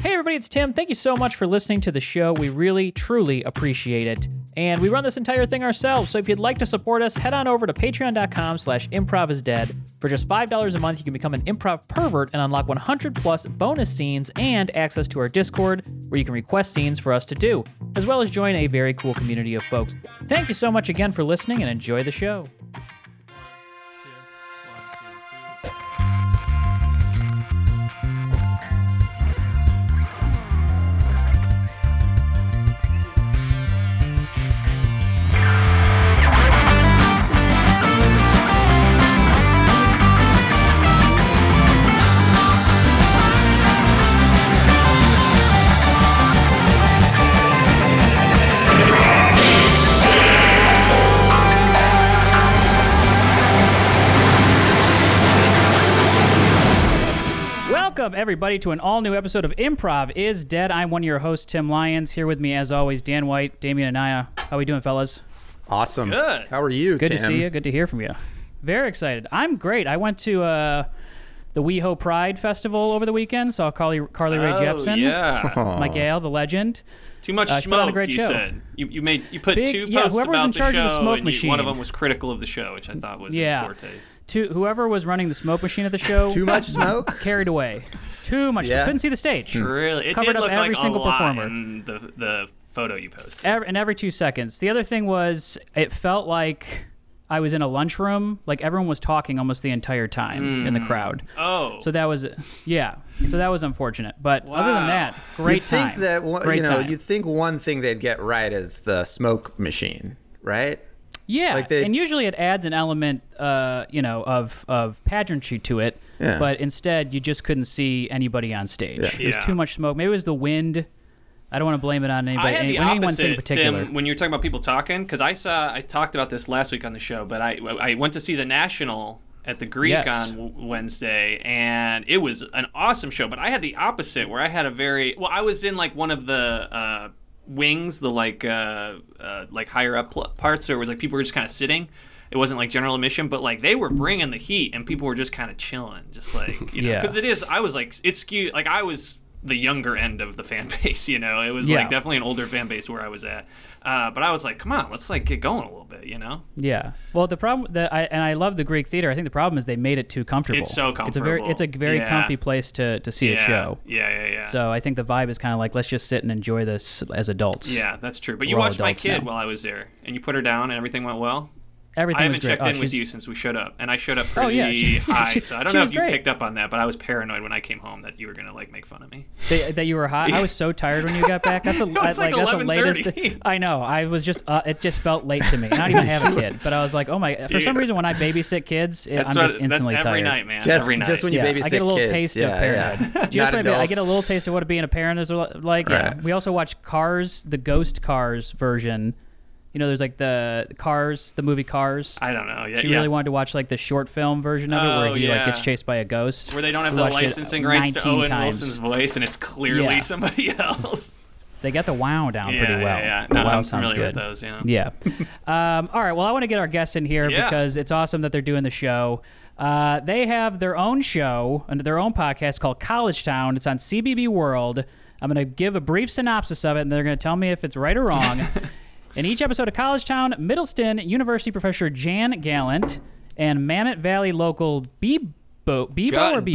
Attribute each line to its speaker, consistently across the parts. Speaker 1: Hey, everybody, it's Tim. Thank you so much for listening to the show. We really, truly appreciate it. And we run this entire thing ourselves, so if you'd like to support us, head on over to patreon.com slash improv is dead. For just $5 a month, you can become an improv pervert and unlock 100 plus bonus scenes and access to our Discord, where you can request scenes for us to do, as well as join a very cool community of folks. Thank you so much again for listening and enjoy the show. Welcome, everybody, to an all new episode of Improv is Dead. I'm one of your hosts, Tim Lyons. Here with me, as always, Dan White, Damian Anaya. How we doing, fellas?
Speaker 2: Awesome.
Speaker 3: Good.
Speaker 2: How are you,
Speaker 1: Good
Speaker 2: Tim?
Speaker 1: to see you. Good to hear from you. Very excited. I'm great. I went to uh, the WeHo Pride Festival over the weekend. Saw Carly, Carly
Speaker 2: Oh,
Speaker 1: Rae Jepsen,
Speaker 3: Oh, yeah.
Speaker 1: Mike Gale, the legend.
Speaker 3: Too much
Speaker 1: Uh, she put on
Speaker 3: smoke.
Speaker 1: a great
Speaker 3: you
Speaker 1: show.
Speaker 3: said you, you made you put
Speaker 1: Big-
Speaker 3: two
Speaker 1: yeah,
Speaker 3: posts
Speaker 1: whoever was
Speaker 3: about
Speaker 1: in charge
Speaker 3: the
Speaker 1: of
Speaker 3: show,
Speaker 1: the smoke
Speaker 3: and you- one of
Speaker 1: machine.
Speaker 3: them was critical of the show, which I thought was
Speaker 1: Yeah.
Speaker 3: in poor taste.
Speaker 1: To whoever was running the smoke machine at the show,
Speaker 2: Too much smoke?
Speaker 1: carried away. Too much.
Speaker 2: Yeah.
Speaker 1: Couldn't see the stage.
Speaker 3: Really,
Speaker 1: Mm.
Speaker 3: it
Speaker 1: Covered
Speaker 3: did
Speaker 1: up
Speaker 3: look
Speaker 1: every
Speaker 3: like
Speaker 1: single
Speaker 3: a lot
Speaker 1: performer.
Speaker 3: in the the photo you posted.
Speaker 1: every, and every two seconds. The other thing was it felt like I was in a lunchroom. Like everyone was talking almost the entire time in the crowd.
Speaker 3: Oh,
Speaker 1: So that was yeah. So that was unfortunate. But other than
Speaker 3: Wow.
Speaker 1: that, great
Speaker 2: you'd
Speaker 1: time.
Speaker 2: Think that one,
Speaker 1: great
Speaker 2: you know,
Speaker 1: time.
Speaker 2: you'd think one thing they'd get right is the smoke machine, right?
Speaker 1: yeah.
Speaker 2: like they-
Speaker 1: and usually it adds an element, uh, you know, of of pageantry to it.
Speaker 2: Yeah.
Speaker 1: But instead, you just couldn't see anybody on stage. There's
Speaker 3: Yeah.
Speaker 1: too much smoke. Maybe it was the wind. I don't want to blame it on anybody.
Speaker 3: I had
Speaker 1: any-
Speaker 3: the
Speaker 1: anyone
Speaker 3: opposite,
Speaker 1: thing in particular.
Speaker 3: Tim, when you were talking about people talking, because I saw I talked about this last week on the show, but I I went to see the National at the Greek
Speaker 1: Yes.
Speaker 3: on w- Wednesday, and it was an awesome show. But I had the opposite, where I had a very well, I was in like one of the. Uh, wings the like uh, uh like higher up pl- parts where it was like people were just kind of sitting it wasn't like general admission but like they were bringing the heat and people were just kind of chilling just like you know
Speaker 1: Yeah.
Speaker 3: because it is i was like it's skewed like i was the younger end of the fan base you know it was
Speaker 1: Yeah.
Speaker 3: like definitely an older fan base where I was at. Uh, but I was like, come on, let's like get going a little bit, you know?
Speaker 1: Yeah. Well, the problem that I and I love the Greek theater. I think the problem is they made it too comfortable.
Speaker 3: It's so
Speaker 1: It's a very
Speaker 3: comfortable.
Speaker 1: it's a very
Speaker 3: Yeah.
Speaker 1: comfy place to to see a
Speaker 3: yeah.
Speaker 1: show.
Speaker 3: Yeah, yeah, yeah.
Speaker 1: So I think the vibe is kind of like let's just sit and enjoy this as adults.
Speaker 3: yeah, that's true. But you
Speaker 1: We're all
Speaker 3: watched my
Speaker 1: adults
Speaker 3: kid
Speaker 1: now.
Speaker 3: while I was there, and you put her down, and everything went well.
Speaker 1: Everything
Speaker 3: I
Speaker 1: was
Speaker 3: haven't
Speaker 1: great.
Speaker 3: checked
Speaker 1: Oh,
Speaker 3: in with
Speaker 1: she's-
Speaker 3: you since we showed up, and I showed up pretty
Speaker 1: Oh, yeah, she-
Speaker 3: high.
Speaker 1: she-
Speaker 3: so I don't
Speaker 1: she
Speaker 3: know
Speaker 1: was
Speaker 3: if you
Speaker 1: great.
Speaker 3: picked up on that, but I was paranoid when I came home that you were gonna like make fun of me.
Speaker 1: that, that you were hot. I was so tired when you got back. That's the
Speaker 3: was
Speaker 1: I-
Speaker 3: like
Speaker 1: that's the latest.
Speaker 3: 11:30.
Speaker 1: I know. I was just uh, it just felt late to me. And I don't even have a kid, but I was like, oh my. For some
Speaker 3: Dude.
Speaker 1: reason, when I babysit kids, it, I'm
Speaker 3: what-
Speaker 1: just instantly
Speaker 3: that's every
Speaker 1: tired.
Speaker 3: night, man.
Speaker 2: Just,
Speaker 3: every night.
Speaker 2: just when you
Speaker 1: yeah,
Speaker 2: babysit
Speaker 1: I get a little
Speaker 2: kids.
Speaker 1: taste
Speaker 2: yeah,
Speaker 1: of parenthood.
Speaker 2: Yeah.
Speaker 1: Just
Speaker 2: Not
Speaker 1: maybe I get a
Speaker 2: adults.
Speaker 1: little taste of what being a parent is li- like. Yeah.
Speaker 2: Right.
Speaker 1: We also watched Cars, the Ghost Cars version. You know, there's like the Cars, the movie Cars.
Speaker 3: I don't know. Yeah,
Speaker 1: she
Speaker 3: yeah.
Speaker 1: really wanted to watch like the short film version of it,
Speaker 3: Oh,
Speaker 1: where he like
Speaker 3: yeah.
Speaker 1: gets chased by a ghost.
Speaker 3: where they don't have
Speaker 1: We
Speaker 3: the
Speaker 1: watched it
Speaker 3: licensing rights to
Speaker 1: 19
Speaker 3: Owen
Speaker 1: times.
Speaker 3: Wilson's voice, and it's clearly
Speaker 1: Yeah.
Speaker 3: somebody else.
Speaker 1: They got the wow down
Speaker 3: yeah,
Speaker 1: pretty well.
Speaker 3: yeah, yeah.
Speaker 1: The
Speaker 3: No,
Speaker 1: wow
Speaker 3: I'm
Speaker 1: sounds
Speaker 3: familiar with
Speaker 1: good.
Speaker 3: those. Yeah.
Speaker 1: Yeah. um, all right. Well, I want to get our guests in here
Speaker 3: Yeah.
Speaker 1: because it's awesome that they're doing the show. Uh, they have their own show and their own podcast called College Town. It's on CBB World. I'm going to give a brief synopsis of it, and they're going to tell me if it's right or wrong. in each episode of College Town, Middleston University professor Jan Gallant and Mamet Valley local Bebo, Bebo
Speaker 4: God,
Speaker 1: or Bebo?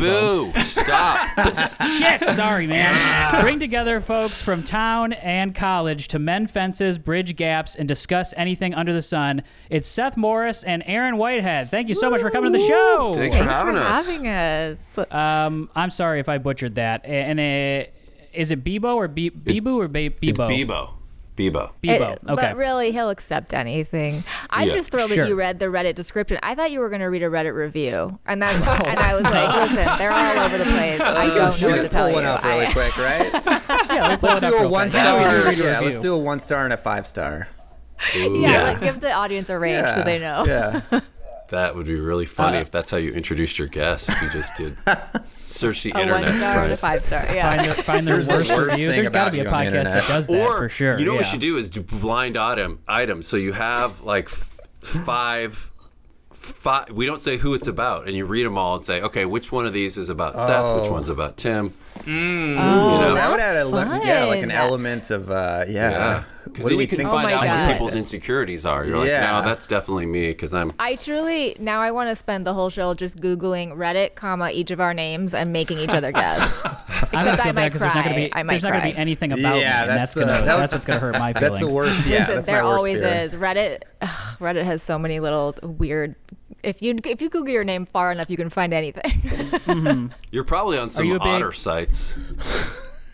Speaker 4: boo! Stop.
Speaker 1: Shit, sorry, man. Bring together folks from town and college to mend fences, bridge gaps, and discuss anything under the sun. It's Seth Morris and Aaron Whitehead. Thank you so much for coming to the show.
Speaker 4: Thanks for
Speaker 5: Thanks
Speaker 4: having
Speaker 5: for
Speaker 4: us.
Speaker 5: having us.
Speaker 1: Um, I'm sorry if I butchered that. And uh, is it Bebo or Be- Bebo or Be- Bebo?
Speaker 4: It's Bebo. Bebo.
Speaker 1: Bebo.
Speaker 5: It-
Speaker 1: okay.
Speaker 5: But really, he'll accept anything. I'm
Speaker 4: Yeah.
Speaker 5: just thrilled
Speaker 1: Sure.
Speaker 5: that you read the Reddit description. I thought you were going to read a Reddit review, and that's and I was like, listen, they're all over the place. I don't
Speaker 2: We
Speaker 5: know what
Speaker 2: could
Speaker 5: to
Speaker 2: pull
Speaker 5: tell you.
Speaker 2: one up really
Speaker 5: I-
Speaker 2: quick, right?
Speaker 1: yeah, let's, pull it
Speaker 2: let's
Speaker 1: up
Speaker 2: do a
Speaker 1: real
Speaker 2: one
Speaker 1: quick.
Speaker 2: star.
Speaker 1: Read a
Speaker 2: yeah, let's
Speaker 1: review.
Speaker 2: do a one star and a five star.
Speaker 4: Ooh,
Speaker 5: yeah, like, give the audience a range
Speaker 2: Yeah.
Speaker 5: so they know.
Speaker 2: Yeah.
Speaker 4: That would be really
Speaker 2: Uh,
Speaker 4: funny if that's how you introduced your guests. You just did search
Speaker 2: Oh
Speaker 4: the
Speaker 5: A
Speaker 4: internet.
Speaker 5: one star and a
Speaker 4: right?
Speaker 5: five star. Yeah.
Speaker 1: Find their, find their
Speaker 2: Here's the
Speaker 1: worst
Speaker 2: worst
Speaker 1: review.
Speaker 2: thing
Speaker 1: There's got to
Speaker 2: about
Speaker 1: be a
Speaker 2: you on
Speaker 1: podcast
Speaker 2: the
Speaker 1: that
Speaker 2: internet.
Speaker 1: does that
Speaker 4: Or
Speaker 1: for sure.
Speaker 4: you know
Speaker 1: yeah.
Speaker 4: what you should do is do blind item items. So you have like f- five. Five, we don't say who it's about,
Speaker 2: Oh.
Speaker 4: and you read them all and say, okay, which one of these is about Seth? Which one's about Tim?
Speaker 5: Oh,
Speaker 4: You know,
Speaker 2: that would
Speaker 5: That's
Speaker 2: add a le- yeah, like an
Speaker 5: fun.
Speaker 2: element of uh, yeah.
Speaker 4: Yeah.
Speaker 2: What
Speaker 4: Because
Speaker 2: do
Speaker 4: then
Speaker 2: we
Speaker 4: you can
Speaker 2: think
Speaker 4: find
Speaker 5: Oh
Speaker 4: out
Speaker 5: my
Speaker 4: what
Speaker 5: God.
Speaker 4: people's insecurities are. You're
Speaker 2: Yeah.
Speaker 4: like, no, that's definitely me because I'm.
Speaker 5: I truly now I want to spend the whole show just googling Reddit, comma each of our names and making each other guess.
Speaker 1: I'm gonna
Speaker 5: I
Speaker 1: feel
Speaker 5: might
Speaker 1: bad because there's not gonna
Speaker 5: cry.
Speaker 1: be
Speaker 5: I might
Speaker 1: there's not gonna be
Speaker 5: cry.
Speaker 1: anything about me,
Speaker 2: Yeah,
Speaker 1: and
Speaker 2: that's
Speaker 1: that's gonna
Speaker 2: the- that-
Speaker 1: that's what's gonna hurt my feelings.
Speaker 2: That's the worst. Yeah,
Speaker 5: Listen,
Speaker 2: that's
Speaker 5: there
Speaker 2: my worst
Speaker 5: always
Speaker 2: fear.
Speaker 5: is. Reddit, ugh, Reddit has so many little weird. If you if you Google your name far enough, you can find anything.
Speaker 4: You're probably on some
Speaker 1: you a big-
Speaker 4: otter sites.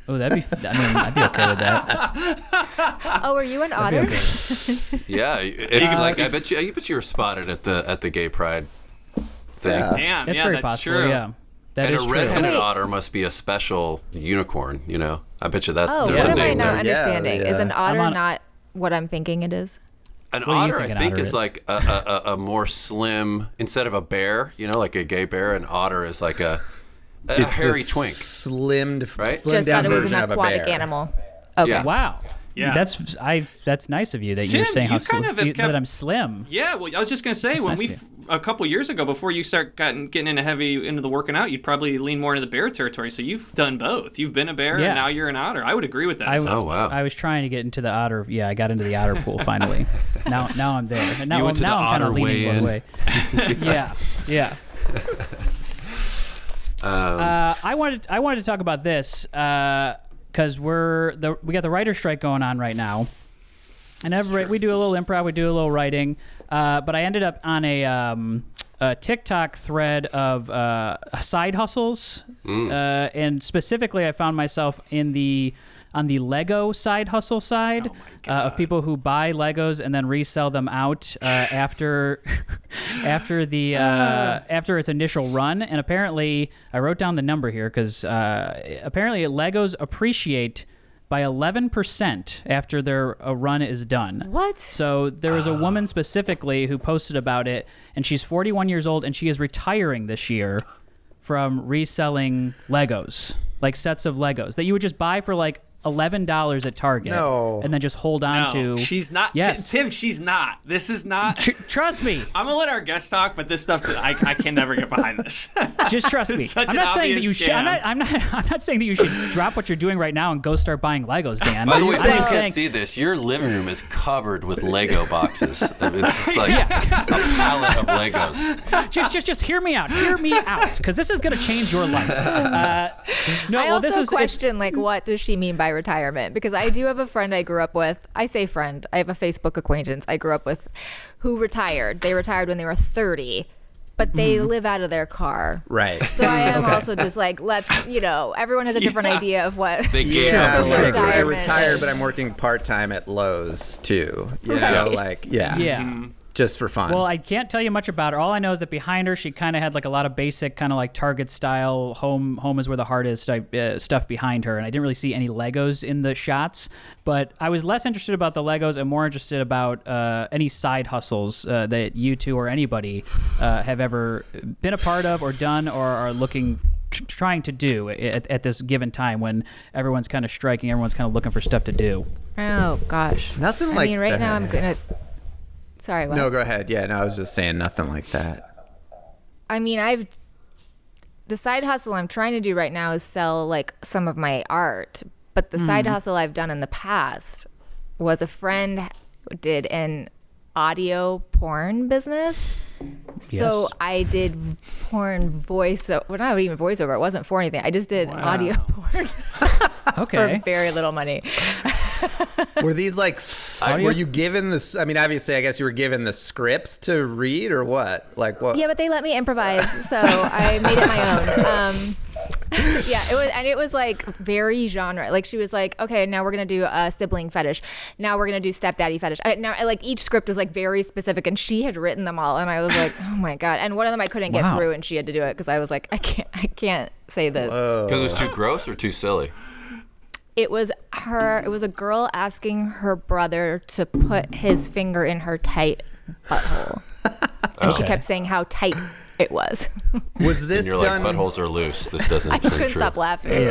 Speaker 1: Oh, that'd be. I mean, I'd be okay with that.
Speaker 5: oh, are you an
Speaker 1: I'd be
Speaker 5: otter?
Speaker 1: okay.
Speaker 4: Yeah, if, like I bet you, I bet you were spotted at the at the gay pride thing.
Speaker 3: Damn,
Speaker 1: That's
Speaker 3: yeah,
Speaker 1: very
Speaker 3: that's
Speaker 1: possible.
Speaker 3: true.
Speaker 1: Yeah, that
Speaker 4: And
Speaker 1: is
Speaker 4: a
Speaker 1: true.
Speaker 4: red-headed
Speaker 5: Wait.
Speaker 4: otter must be a special unicorn. You know, I bet you that
Speaker 5: Oh,
Speaker 4: there's
Speaker 5: what
Speaker 4: a
Speaker 5: am I
Speaker 4: name
Speaker 5: not
Speaker 4: there.
Speaker 2: Yeah, uh,
Speaker 5: understanding? Is
Speaker 2: yeah.
Speaker 5: an otter
Speaker 1: on-
Speaker 5: not what I'm thinking it is?
Speaker 4: An
Speaker 1: do you
Speaker 4: otter,
Speaker 1: think
Speaker 4: I
Speaker 1: an
Speaker 4: think,
Speaker 1: otter
Speaker 4: is,
Speaker 1: is?
Speaker 4: like a, a, a, a more slim instead of a bear. You know, like a gay bear. An otter is like a a
Speaker 2: It's the
Speaker 4: hairy twink.
Speaker 2: slimmed,
Speaker 4: Right?
Speaker 2: slimmed
Speaker 5: Just
Speaker 2: down
Speaker 5: thought it was an
Speaker 2: version of a
Speaker 5: aquatic
Speaker 2: bear.
Speaker 5: animal. Okay.
Speaker 4: Yeah.
Speaker 1: Wow.
Speaker 3: Yeah.
Speaker 1: That's I. That's nice of you that you're
Speaker 3: Tim,
Speaker 1: saying
Speaker 3: you
Speaker 1: how
Speaker 3: kind
Speaker 1: slim,
Speaker 3: of have
Speaker 1: you-
Speaker 3: kept-
Speaker 1: that I'm slim.
Speaker 3: Yeah, well, I was just gonna say when
Speaker 1: nice
Speaker 3: we
Speaker 1: of
Speaker 3: f- a couple years ago, before you start gotten, getting into heavy into the working out, you'd probably lean more into the bear territory. So you've done both. You've been a bear,
Speaker 1: Yeah.
Speaker 3: and now you're an otter. I would agree with that.
Speaker 1: I was,
Speaker 4: Oh, wow.
Speaker 1: I was trying to get into the otter. Yeah, I got into the otter pool finally. now, now I'm there. And now,
Speaker 4: You went to
Speaker 1: now
Speaker 4: the
Speaker 1: I'm kinda
Speaker 4: otter
Speaker 1: leaning one way.
Speaker 4: weigh-in.
Speaker 1: yeah, yeah.
Speaker 4: Um,
Speaker 1: uh, I wanted, I wanted to talk about this because we're the we got the writer strike going on right now, and every we do a little improv, we do a little writing. Uh, but I ended up on a. Um, a TikTok thread of uh, side hustles, uh, and specifically, I found myself in the on the Lego side hustle side uh, of people who buy Legos and then resell them out uh, after after the uh, after its initial run. And apparently, I wrote down the number here because uh, apparently Legos appreciate by 11% after their uh, run is done.
Speaker 5: What?
Speaker 1: So there was a woman specifically who posted about it, and she's 41 years old, and she is retiring this year from reselling Legos, like sets of Legos that you would just buy for like eleven dollars at Target,
Speaker 2: No.
Speaker 1: and then just hold
Speaker 3: No,
Speaker 1: on to.
Speaker 3: she's not.
Speaker 1: Yes.
Speaker 3: Tim, she's not. This is not.
Speaker 1: Tr- trust me.
Speaker 3: I'm gonna let our guests talk, but this stuff I, I can never get behind this.
Speaker 1: Just trust me.
Speaker 3: such
Speaker 1: I'm
Speaker 3: an
Speaker 1: not saying that
Speaker 3: obvious
Speaker 1: you should. I'm
Speaker 3: scam.
Speaker 1: not, I'm not. I'm not saying that you should drop what you're doing right now and go start buying Legos, Dan.
Speaker 4: By the way,
Speaker 1: I'm
Speaker 4: people
Speaker 1: just
Speaker 4: can't
Speaker 1: saying-
Speaker 4: see this. Your living room is covered with Lego boxes. I mean, it's just like a pallet of Legos.
Speaker 1: just just just hear me out. Hear me out, because this is gonna change your life. Uh, no,
Speaker 5: I
Speaker 1: well,
Speaker 5: also
Speaker 1: this is it's-
Speaker 5: question like what does she mean by retirement? Because I do have a friend I grew up with. I say friend. I have a Facebook acquaintance I grew up with who retired. They retired when they were 30, but they
Speaker 2: Mm-hmm.
Speaker 5: live out of their car.
Speaker 2: Right.
Speaker 5: So I am also just like let's, you know, everyone has a different idea of what
Speaker 4: They gave
Speaker 2: Yeah,
Speaker 4: up.
Speaker 2: like I
Speaker 5: Retirement.
Speaker 2: retired, but I'm working part time at Lowe's too. You know, like yeah,
Speaker 1: Yeah.
Speaker 2: just for fun.
Speaker 1: Well, I can't tell you much about her. All I know is that behind her, she kind of had like a lot of basic, kind of like Target style home home is where the heart is type uh, stuff behind her, and I didn't really see any Legos in the shots. But I was less interested about the Legos and more interested about uh, any side hustles uh, that you two or anybody uh, have ever been a part of or done or are looking. tr- Trying to do at, at this given time when everyone's kind of striking, everyone's kind of looking for stuff to do.
Speaker 5: Oh gosh.
Speaker 2: Nothing
Speaker 5: I
Speaker 2: like
Speaker 5: mean, right now I'm
Speaker 2: that.
Speaker 5: gonna. Sorry. What?
Speaker 2: no, go ahead. Yeah, no, I was just saying nothing like that.
Speaker 5: I mean, I've the side hustle I'm trying to do right now is sell like some of my art, but the side hustle I've done in the past was a friend did an audio porn business. So
Speaker 1: Yes.
Speaker 5: I did porn voice. Well, not even voiceover. It wasn't for anything. I just did audio porn
Speaker 1: Okay.
Speaker 5: for very little money.
Speaker 2: Were these like? s- were you given this? I mean, obviously, I guess you were given the scripts to read or what? Like what?
Speaker 5: Yeah, but they let me improvise, so I made it my own. Um, yeah, it was, and it was like very genre. Like she was like, okay, now we're gonna do a sibling fetish. Now we're gonna do stepdaddy fetish. I, now, I, like each script was like very specific, and she had written them all, and I was like, oh my god. And one of them I couldn't
Speaker 1: Wow.
Speaker 5: get through, and she had to do it because I was like, I can't, I can't say this.
Speaker 4: Because it was too gross or too silly.
Speaker 5: It was her. It was a girl asking her brother to put his finger in her tight butthole, and she
Speaker 1: Okay.
Speaker 5: kept saying how tight it was.
Speaker 2: was this
Speaker 4: And you're
Speaker 2: done?
Speaker 4: like, buttholes are loose. This doesn't
Speaker 5: I
Speaker 4: ring
Speaker 5: couldn't
Speaker 4: true.
Speaker 5: stop laughing.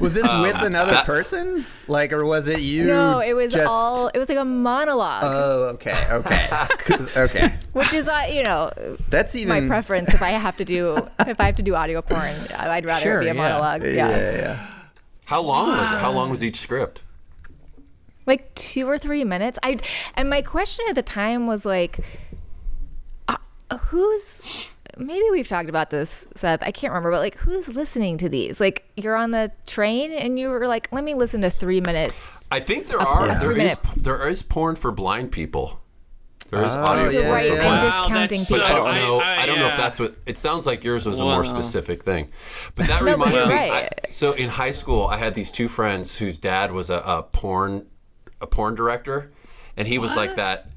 Speaker 2: was this with
Speaker 4: Um,
Speaker 2: another
Speaker 4: uh,
Speaker 2: person? Like, or was it you?
Speaker 5: No, it was
Speaker 2: just-
Speaker 5: all. It was like a monologue,
Speaker 2: Oh, okay, okay, 'Cause- okay.
Speaker 5: which is, uh, you know,
Speaker 2: That's even
Speaker 5: my preference. If I have to do, if I have to do audio porn, I'd rather
Speaker 1: Sure,
Speaker 5: it be a
Speaker 1: yeah.
Speaker 5: monologue. Yeah.
Speaker 2: Yeah, yeah.
Speaker 4: How long was it? How long was each script?
Speaker 5: like two or three minutes. I and my question at the time was like, uh, who's maybe we've talked about this, Seth. I can't remember, but like, who's listening to these? Like, you're on the train and you were like, let me listen to three minutes.
Speaker 4: I think there are there is there is porn for blind people. There is audio
Speaker 2: yeah,
Speaker 4: porn
Speaker 5: right,
Speaker 4: for
Speaker 2: yeah.
Speaker 5: I'm
Speaker 4: blind.
Speaker 3: Wow,
Speaker 5: discounting
Speaker 3: that's
Speaker 5: people.
Speaker 4: But I don't
Speaker 3: I-
Speaker 4: know. I,
Speaker 3: I-
Speaker 4: don't know if
Speaker 3: yeah.
Speaker 4: that's what it sounds like. Yours was a
Speaker 3: Wow.
Speaker 4: more specific thing, but that
Speaker 5: No, but
Speaker 4: reminds
Speaker 5: you're
Speaker 4: me.
Speaker 5: right.
Speaker 4: I, so in high school, I had these two friends whose dad was a, a porn, a porn director, and he was like that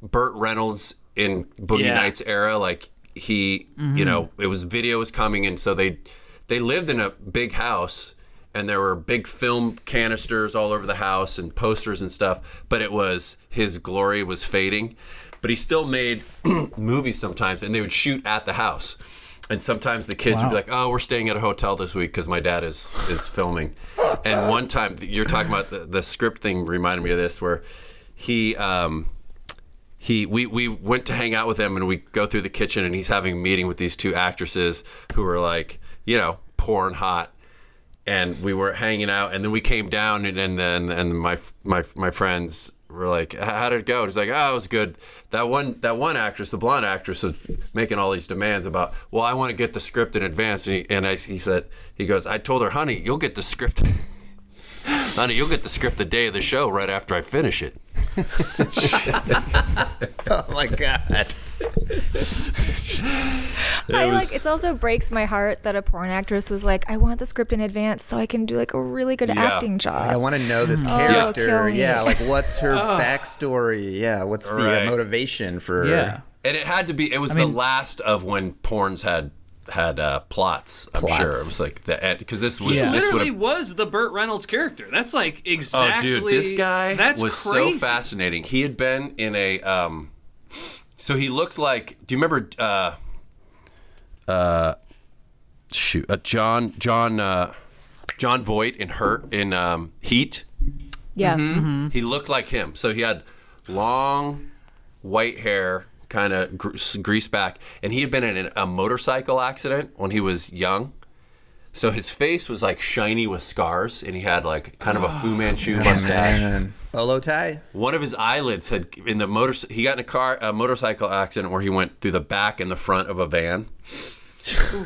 Speaker 4: Burt Reynolds in Boogie
Speaker 3: Yeah.
Speaker 4: Nights era. Like he, you know, it was video was coming, and so they they lived in a big house, and there were big film canisters all over the house and posters and stuff. But it was his glory was fading, but he still made movies sometimes, and they would shoot at the house. And sometimes the kids would be like, "Oh, we're staying at a hotel this week because my dad is is filming." And one time, you're talking about the, the script thing reminded me of this, where he um, he we, we went to hang out with him and we go through the kitchen and he's having a meeting with these two actresses who are like you know porn hot and we were hanging out and then we came down and and then and my my my friends were like "H- how did it go? He's like, oh, it was good. That one that one actress, the blonde actress, was making all these demands about. Well, I want to get the script in advance, and he, and I, he said he goes, I told her, honey, you'll get the script, honey, you'll get the script the day of the show right after I finish it.
Speaker 2: Oh my god.
Speaker 5: I
Speaker 4: was-
Speaker 5: like it also breaks my heart that a porn actress was like, I want the script in advance so I can do like a really good
Speaker 4: Yeah.
Speaker 5: acting job.
Speaker 2: I
Speaker 1: Mm.
Speaker 2: want to know
Speaker 1: Oh,
Speaker 2: this
Speaker 5: kill
Speaker 2: character.
Speaker 5: me.
Speaker 2: yeah, like what's her backstory? Yeah, what's the uh,
Speaker 4: Right.
Speaker 2: motivation for?
Speaker 1: Yeah.
Speaker 4: And it had to be. It was the last of when porns had had uh, plots. I'm
Speaker 2: Plots.
Speaker 4: sure it was like the end because this was
Speaker 1: Yeah.
Speaker 4: this would
Speaker 3: Literally
Speaker 4: have.
Speaker 3: was the Burt Reynolds character. That's like
Speaker 4: Oh,
Speaker 3: exactly.
Speaker 4: dude, this guy
Speaker 3: that's
Speaker 4: was
Speaker 3: crazy.
Speaker 4: so fascinating. He had been in a. Um, so he looked like. Do you remember? Uh, uh, shoot, uh, John John uh, John Voight in Hurt in um, Heat.
Speaker 5: yeah.
Speaker 4: He looked like him. So he had long white hair, kind of gr- greased back, and he had been in an- a motorcycle accident when he was young. So his face was like shiny with scars, and he had like kind of a Fu Manchu mustache.
Speaker 2: Man. Bolo tie.
Speaker 4: One of his eyelids had in the motor. He got in a car, a motorcycle accident where he went through the back and the front of a van,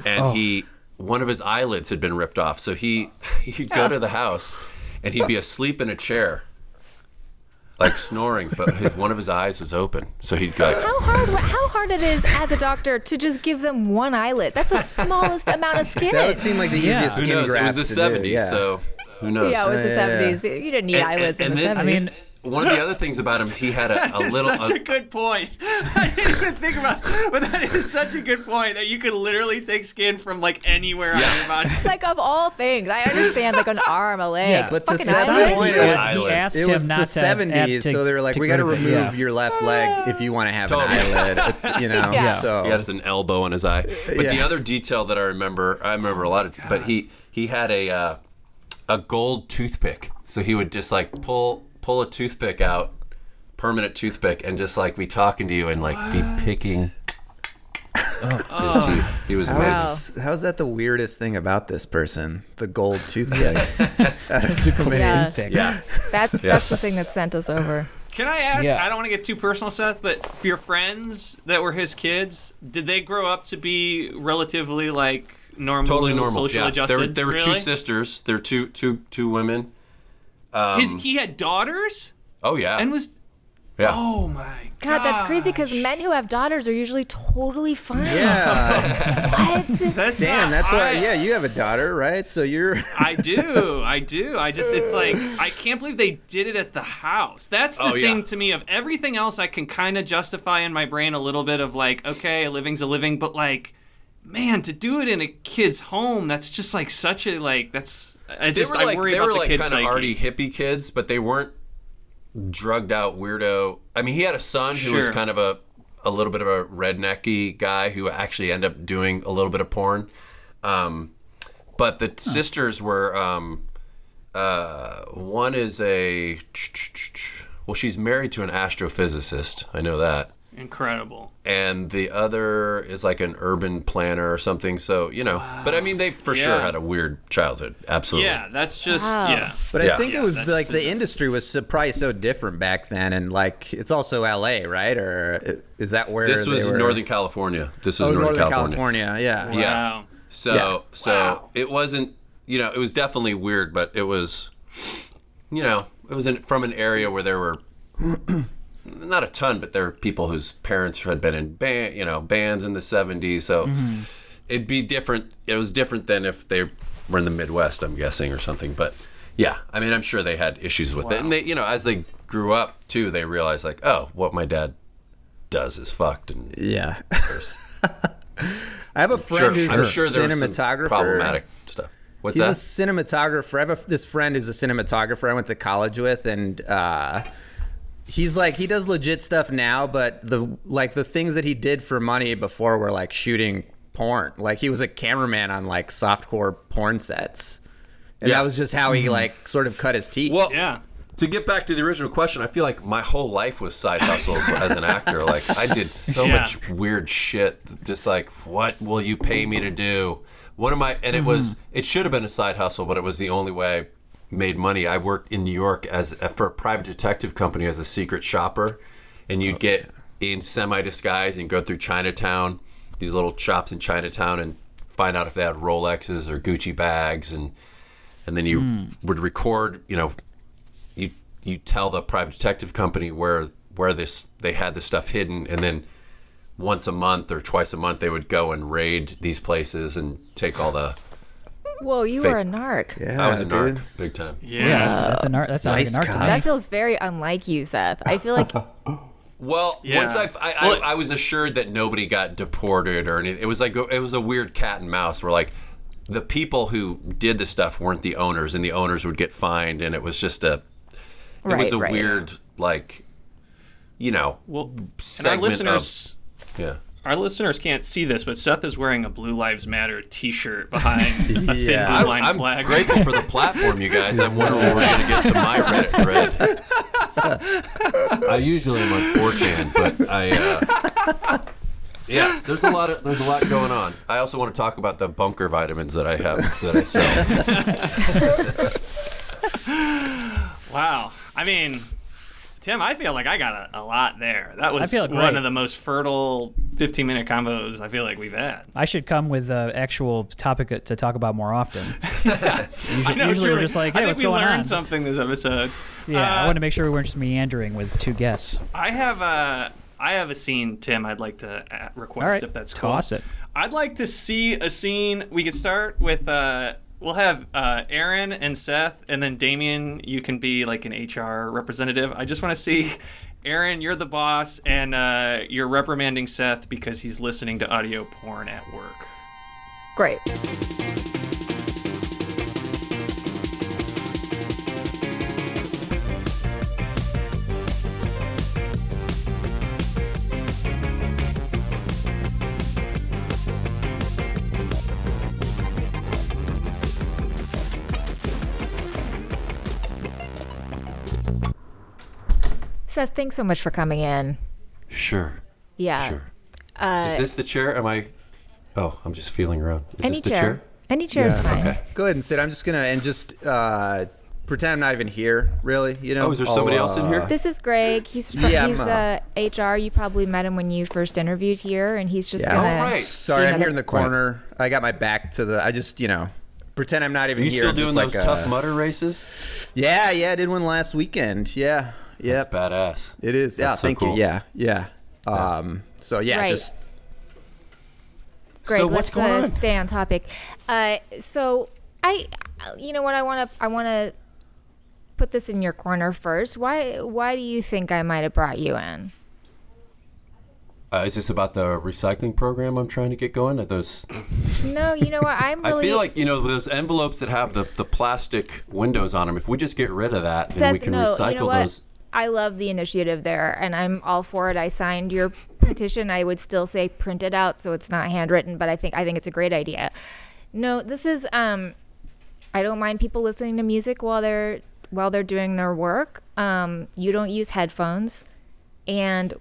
Speaker 4: and he
Speaker 3: Oh.
Speaker 4: one of his eyelids had been ripped off. So he he'd go to the house, and he'd be asleep in a chair, like snoring, but his, one of his eyes was open. So he'd go. Like,
Speaker 5: How hard how hard it is as a doctor to just give them one eyelid. That's the smallest amount of skin.
Speaker 2: That would seem like the easiest
Speaker 4: who
Speaker 2: skin
Speaker 4: knows? It was
Speaker 2: graft
Speaker 4: the
Speaker 2: to do,
Speaker 4: '70s,
Speaker 2: yeah.
Speaker 4: so who knows?
Speaker 5: Yeah, it was the
Speaker 2: Yeah, yeah, yeah.
Speaker 5: seventies. You didn't need
Speaker 4: And-
Speaker 5: eyelids
Speaker 4: and-
Speaker 5: in the
Speaker 4: and then-
Speaker 5: seventies.
Speaker 1: I mean,
Speaker 4: one of the other things about him is he had a, a
Speaker 3: That is
Speaker 4: little.
Speaker 3: such a good point. I didn't even think about, but that is such a good point that you could literally take skin from like anywhere on your body.
Speaker 5: like of all things, I understand like an arm, a leg,
Speaker 1: Yeah.
Speaker 2: But to
Speaker 5: fucking
Speaker 2: society-
Speaker 5: eyelid.
Speaker 1: he,
Speaker 2: point
Speaker 4: was-
Speaker 1: he
Speaker 4: Island.
Speaker 1: asked
Speaker 2: It
Speaker 1: him
Speaker 2: was
Speaker 1: not
Speaker 2: the
Speaker 1: to have- have
Speaker 2: '70s,
Speaker 1: to-
Speaker 2: so they were like,
Speaker 1: to
Speaker 2: "We got to
Speaker 1: go the-
Speaker 2: remove
Speaker 1: yeah.
Speaker 2: your left leg if you want to have
Speaker 4: Totally.
Speaker 2: an eyelid." You know,
Speaker 5: Yeah.
Speaker 2: so
Speaker 4: He had an elbow in his eye. But the
Speaker 2: Oh. Yeah.
Speaker 4: other detail that I remember, I remember a lot of. But he he had a uh, a gold toothpick, so he would just like pull pull a toothpick out, permanent toothpick, and just like be talking to you and like be picking
Speaker 3: Oh.
Speaker 4: his teeth. He was amazing.
Speaker 5: Wow.
Speaker 2: how's that the weirdest thing about this person? The gold toothpick. That is so many-
Speaker 5: Yeah.
Speaker 1: Pick.
Speaker 4: Yeah,
Speaker 5: That's that's the thing that sent us over.
Speaker 3: Can I ask?
Speaker 1: Yeah.
Speaker 3: I don't want to get too personal, Seth, but for your friends that were his kids, did they grow up to be relatively like normal,
Speaker 4: totally normal.
Speaker 3: social
Speaker 4: Yeah,
Speaker 3: adjusted?
Speaker 4: there, were- there were two
Speaker 3: really?
Speaker 4: sisters. There were two two two women.
Speaker 3: His, he had daughters
Speaker 4: Oh yeah,
Speaker 3: and was.
Speaker 4: yeah.
Speaker 3: Oh my
Speaker 5: God, that's crazy because men who have daughters are usually totally fine.
Speaker 2: Yeah,
Speaker 5: What?
Speaker 3: That's
Speaker 2: damn.
Speaker 3: not-
Speaker 2: That's why.
Speaker 3: I-
Speaker 2: Yeah, you have a daughter, right? So you're.
Speaker 3: I do. I do. I just, it's like, I can't believe they did it at the house. That's the
Speaker 4: Oh, yeah.
Speaker 3: thing to me of everything else I can kind of justify in my brain a little bit of like, okay, a living's a living, but like, man, to do it in a kid's home, that's just like such a, like, that's, I
Speaker 4: they
Speaker 3: just,
Speaker 4: were
Speaker 3: I
Speaker 4: like
Speaker 3: worry
Speaker 4: they
Speaker 3: about
Speaker 4: were
Speaker 3: the
Speaker 4: like
Speaker 3: kid's
Speaker 4: kind of
Speaker 3: psyche.
Speaker 4: arty hippie kids, but they weren't drugged out weirdo. I mean, he had a son who was
Speaker 3: Sure.
Speaker 4: kind of a a little bit of a rednecky guy who actually ended up doing a little bit of porn. Um, but the sisters were um, uh, one is a well, she's married to an astrophysicist. I know that.
Speaker 3: Incredible.
Speaker 4: and the other is like an urban planner or something. So you know, but I mean, they for sure
Speaker 3: Yeah.
Speaker 4: had a weird childhood. Absolutely.
Speaker 3: Yeah, that's just
Speaker 5: Wow.
Speaker 3: yeah.
Speaker 2: But I
Speaker 4: Yeah.
Speaker 2: think
Speaker 3: Yeah,
Speaker 2: it was
Speaker 3: that's
Speaker 2: like the industry was so, probably so different back then, and like it's also L.A. right, or is that where
Speaker 4: This
Speaker 2: they
Speaker 4: was
Speaker 2: were-
Speaker 4: Northern California. This was
Speaker 2: Oh,
Speaker 4: Northern, California.
Speaker 2: yeah.
Speaker 4: Yeah.
Speaker 3: Wow.
Speaker 4: So
Speaker 2: Yeah.
Speaker 4: so
Speaker 3: Wow.
Speaker 4: it wasn't you know it was definitely weird, but it was you know it was in, from an area where there were not a ton, but there were people whose parents had been in band you know bands in the '70s. So
Speaker 3: Mm-hmm.
Speaker 4: it'd be different. It was different than if they were in the Midwest, I'm guessing, or something. But yeah, I mean, I'm sure they had issues with it, and they you know as they grew up too, they realized like oh, what my dad does is fucked and
Speaker 2: Yeah.
Speaker 4: there's
Speaker 2: I have a
Speaker 4: Sure,
Speaker 2: friend who's
Speaker 4: I'm
Speaker 2: a
Speaker 4: sure there's some
Speaker 2: cinematographer.
Speaker 4: problematic stuff. What's
Speaker 2: He's
Speaker 4: that?
Speaker 2: a cinematographer. I have a, this friend who's a cinematographer I went to college with, and uh, he's like he does legit stuff now, but the like the things that he did for money before were like shooting porn. Like he was a cameraman on like softcore porn sets, and
Speaker 4: Yeah. Mm-hmm.
Speaker 2: that was just how he like sort of cut his teeth.
Speaker 4: Well,
Speaker 3: Yeah.
Speaker 4: to get back to the original question, I feel like my whole life was side hustles as an actor. Like I did so
Speaker 3: Yeah.
Speaker 4: much weird shit. Just like, what will you pay me to do? One of my
Speaker 3: Mm-hmm.
Speaker 4: and it was it should have been a side hustle, but it was the only way I made money. I worked in New York as for a private detective company as a secret shopper, and
Speaker 3: Oh,
Speaker 4: you'd get in semi disguise and go through Chinatown, these little shops in Chinatown, and find out if they had Rolexes or Gucci bags and and then you
Speaker 3: Hmm.
Speaker 4: would record you know you you tell the private detective company where where this they had this stuff hidden and then once a month or twice a month they would go and raid these places and take all the
Speaker 5: Whoa, you
Speaker 4: Fake-
Speaker 5: were a narc.
Speaker 4: I was a narc big time.
Speaker 3: Yeah.
Speaker 1: Yeah, that's, that's a nar- that sounds
Speaker 2: Nice
Speaker 1: like a narc to
Speaker 2: guy.
Speaker 1: me.
Speaker 5: That feels very unlike you, Seth. I feel like
Speaker 4: Well,
Speaker 3: Yeah.
Speaker 4: once I I, I
Speaker 3: Well-
Speaker 4: I was assured that nobody got deported or anything. It was like it was a weird cat and mouse where like the people who did the stuff weren't the owners and the owners would get fined and it was just a it
Speaker 5: Right,
Speaker 4: was a
Speaker 5: right.
Speaker 4: weird like you know
Speaker 3: Well, and our
Speaker 4: segment
Speaker 3: listeners
Speaker 4: of yeah.
Speaker 3: our listeners can't see this, but Seth is wearing a Blue Lives Matter T-shirt behind a thin
Speaker 2: Yeah.
Speaker 3: blue
Speaker 4: I'm,
Speaker 3: line
Speaker 4: I'm
Speaker 3: flag.
Speaker 4: grateful for the platform, you guys. I'm wondering when we're going to get to my Reddit thread. I usually am on 4chan, but I. Uh, yeah, there's a lot of there's a lot going on. I also want to talk about the bunker vitamins that I have that I sell.
Speaker 3: Wow. I mean, Tim, I feel like I got a, a lot there. That was
Speaker 1: feel
Speaker 3: one
Speaker 1: great.
Speaker 3: of the most fertile 15 minute combos I feel like we've had.
Speaker 1: I should come with uh, actual topic to talk about more often.
Speaker 3: I know,
Speaker 1: usually we're
Speaker 3: truly.
Speaker 1: just like,
Speaker 3: I
Speaker 1: "Hey,
Speaker 3: think
Speaker 1: what's
Speaker 3: we
Speaker 1: going
Speaker 3: learned
Speaker 1: on?"
Speaker 3: something this episode.
Speaker 1: Yeah, I
Speaker 3: Uh,
Speaker 1: want to make sure we weren't just meandering with two guests.
Speaker 3: I have a I have a scene, Tim. I'd like to uh, request
Speaker 1: All right,
Speaker 3: if that's cool.
Speaker 1: toss it.
Speaker 3: I'd like to see a scene. We could start with uh, we'll have uh, Aaron and Seth, and then Damien. You can be like an HR representative. I just want to see. Aaron, you're the boss, and uh, you're reprimanding Seth because he's listening to audio porn at work.
Speaker 5: great. Seth, thanks so much for coming in.
Speaker 4: Sure,
Speaker 5: Yeah.
Speaker 4: sure.
Speaker 5: Uh,
Speaker 4: Is this the chair? Am I? Oh, I'm just feeling around. Is
Speaker 5: Any
Speaker 4: this the
Speaker 5: chair.
Speaker 4: chair?
Speaker 5: Any chair is fine.
Speaker 4: Okay.
Speaker 2: Go ahead and sit. I'm just gonna and just uh, pretend I'm not even here. Really, you know.
Speaker 4: Oh, is there
Speaker 2: I'll,
Speaker 4: somebody else in
Speaker 2: uh,
Speaker 4: here?
Speaker 5: This is Greg. He's fr-
Speaker 2: Yeah,
Speaker 5: he's uh, HR. You probably met him when you first interviewed here, and he's just
Speaker 2: Yeah.
Speaker 5: gonna.
Speaker 4: Oh, right.
Speaker 2: Sorry, I'm
Speaker 5: Another-
Speaker 2: here in the corner. I got my back to the. I just, you know, pretend I'm not even
Speaker 4: Are you
Speaker 2: here.
Speaker 4: still
Speaker 2: I'm
Speaker 4: doing
Speaker 2: just
Speaker 4: those
Speaker 2: like uh, a-
Speaker 4: tough mutter races?
Speaker 2: Yeah, yeah, I did one last weekend. Yeah, yeah,
Speaker 4: That's badass.
Speaker 2: it is. Yeah,
Speaker 4: That's so
Speaker 2: thank
Speaker 4: cool.
Speaker 2: you. Yeah, yeah. Um, so yeah,
Speaker 5: Right.
Speaker 2: just
Speaker 5: Greg,
Speaker 4: So what's
Speaker 5: let's
Speaker 4: going
Speaker 5: uh,
Speaker 4: on?
Speaker 5: stay on topic. Uh, so I, you know what? I want to. I want to put this in your corner first. Why? Why do you think I might have brought you in?
Speaker 4: Uh, is this about the recycling program I'm trying to get going? At those
Speaker 5: No, you know what? I'm really.
Speaker 4: I feel like you know those envelopes that have the, the plastic windows on them. If we just get rid of that, then we can
Speaker 5: no,
Speaker 4: recycle
Speaker 5: you know what?
Speaker 4: those.
Speaker 5: I love the initiative there, and I'm all for it. I signed your petition. I would still say print it out so it's not handwritten, but I think I think it's a great idea. No, this is um, I don't mind people listening to music while they're while they're doing their work. Um, you don't use headphones, and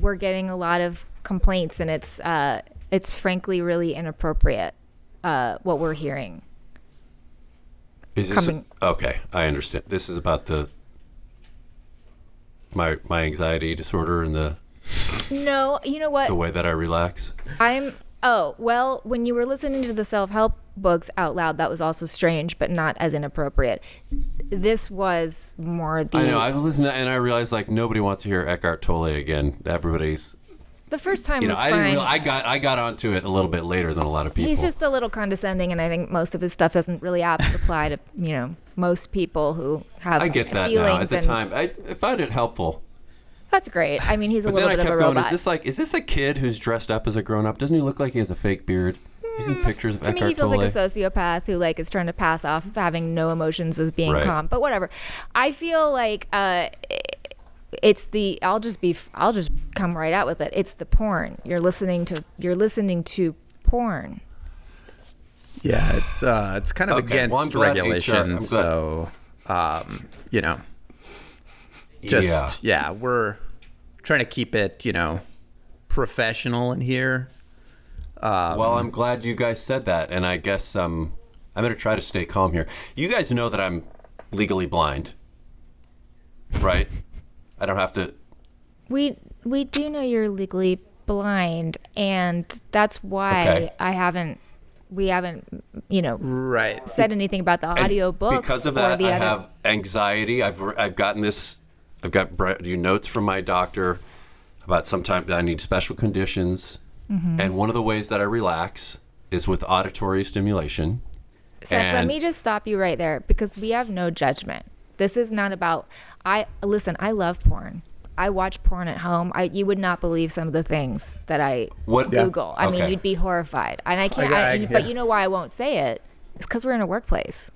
Speaker 5: we're getting a lot of complaints, and it's uh, it's frankly really inappropriate uh, what we're hearing.
Speaker 4: Is this
Speaker 5: coming-
Speaker 4: okay? I understand. This is about the my my anxiety disorder and the
Speaker 5: No, you know what?
Speaker 4: the way that I relax.
Speaker 5: I'm. Oh well, when you were listening to the self help books out loud, that was also strange, but not as inappropriate. This was more the
Speaker 4: I know. I've listened to, and I realized like nobody wants to hear Eckhart Tolle again. Everybody's
Speaker 5: the first time
Speaker 4: you know.
Speaker 5: was
Speaker 4: I
Speaker 5: fine.
Speaker 4: didn't. Real, I got I got onto it a little bit later than a lot of people.
Speaker 5: He's just a little condescending, and I think most of his stuff doesn't really ap- apply to you know most people who have.
Speaker 4: I get that
Speaker 5: feelings
Speaker 4: now. At the
Speaker 5: and-
Speaker 4: time, I, I found it helpful.
Speaker 5: that's great. I mean, he's a
Speaker 4: But
Speaker 5: little
Speaker 4: then I
Speaker 5: bit
Speaker 4: kept
Speaker 5: of a
Speaker 4: going.
Speaker 5: robot.
Speaker 4: Is this like? Is this a kid who's dressed up as a grown up? Doesn't he look like he has a fake beard? You've seen pictures of
Speaker 5: Hmm. to me, he
Speaker 4: Eckhart
Speaker 5: feels
Speaker 4: Tolle.
Speaker 5: like a sociopath who like is trying to pass off having no emotions as being
Speaker 4: Right.
Speaker 5: calm. But whatever. I feel like uh, it's the I'll just be I'll just come right out with it. It's the porn. You're listening to you're listening to porn.
Speaker 2: Yeah, it's uh, it's kind of
Speaker 4: Okay,
Speaker 2: against
Speaker 4: well, I'm glad HR I'm glad-
Speaker 2: regulations. So, um, you know, just yeah. we're trying to keep it, you know, professional in here.
Speaker 4: Well, I'm glad you guys said that, and I guess um, I'm gonna try to stay calm here. You guys know that I'm legally blind, right? I don't have to.
Speaker 5: We we do know you're legally blind, and that's why
Speaker 4: Okay.
Speaker 5: I haven't we haven't you know
Speaker 2: Right.
Speaker 5: said anything about the
Speaker 4: and
Speaker 5: audio book
Speaker 4: Because of
Speaker 5: or
Speaker 4: that,
Speaker 5: the
Speaker 4: I
Speaker 5: other.
Speaker 4: have anxiety. I've I've gotten this. I've got bre- you notes from my doctor about sometimes I need special conditions,
Speaker 5: Mm-hmm.
Speaker 4: and one of the ways that I relax is with auditory stimulation.
Speaker 5: Seth, let
Speaker 4: And-
Speaker 5: me just stop you right there because we have no judgment. This is not about I listen, I love porn. I watch porn at home. I you would not believe some of the things that I
Speaker 4: What- Yeah.
Speaker 5: Google. I mean,
Speaker 4: Okay.
Speaker 5: you'd be horrified. And I can't
Speaker 2: I-
Speaker 5: I,
Speaker 2: I-
Speaker 5: but
Speaker 2: yeah.
Speaker 5: you know why I won't say it? It's cuz we're in a workplace.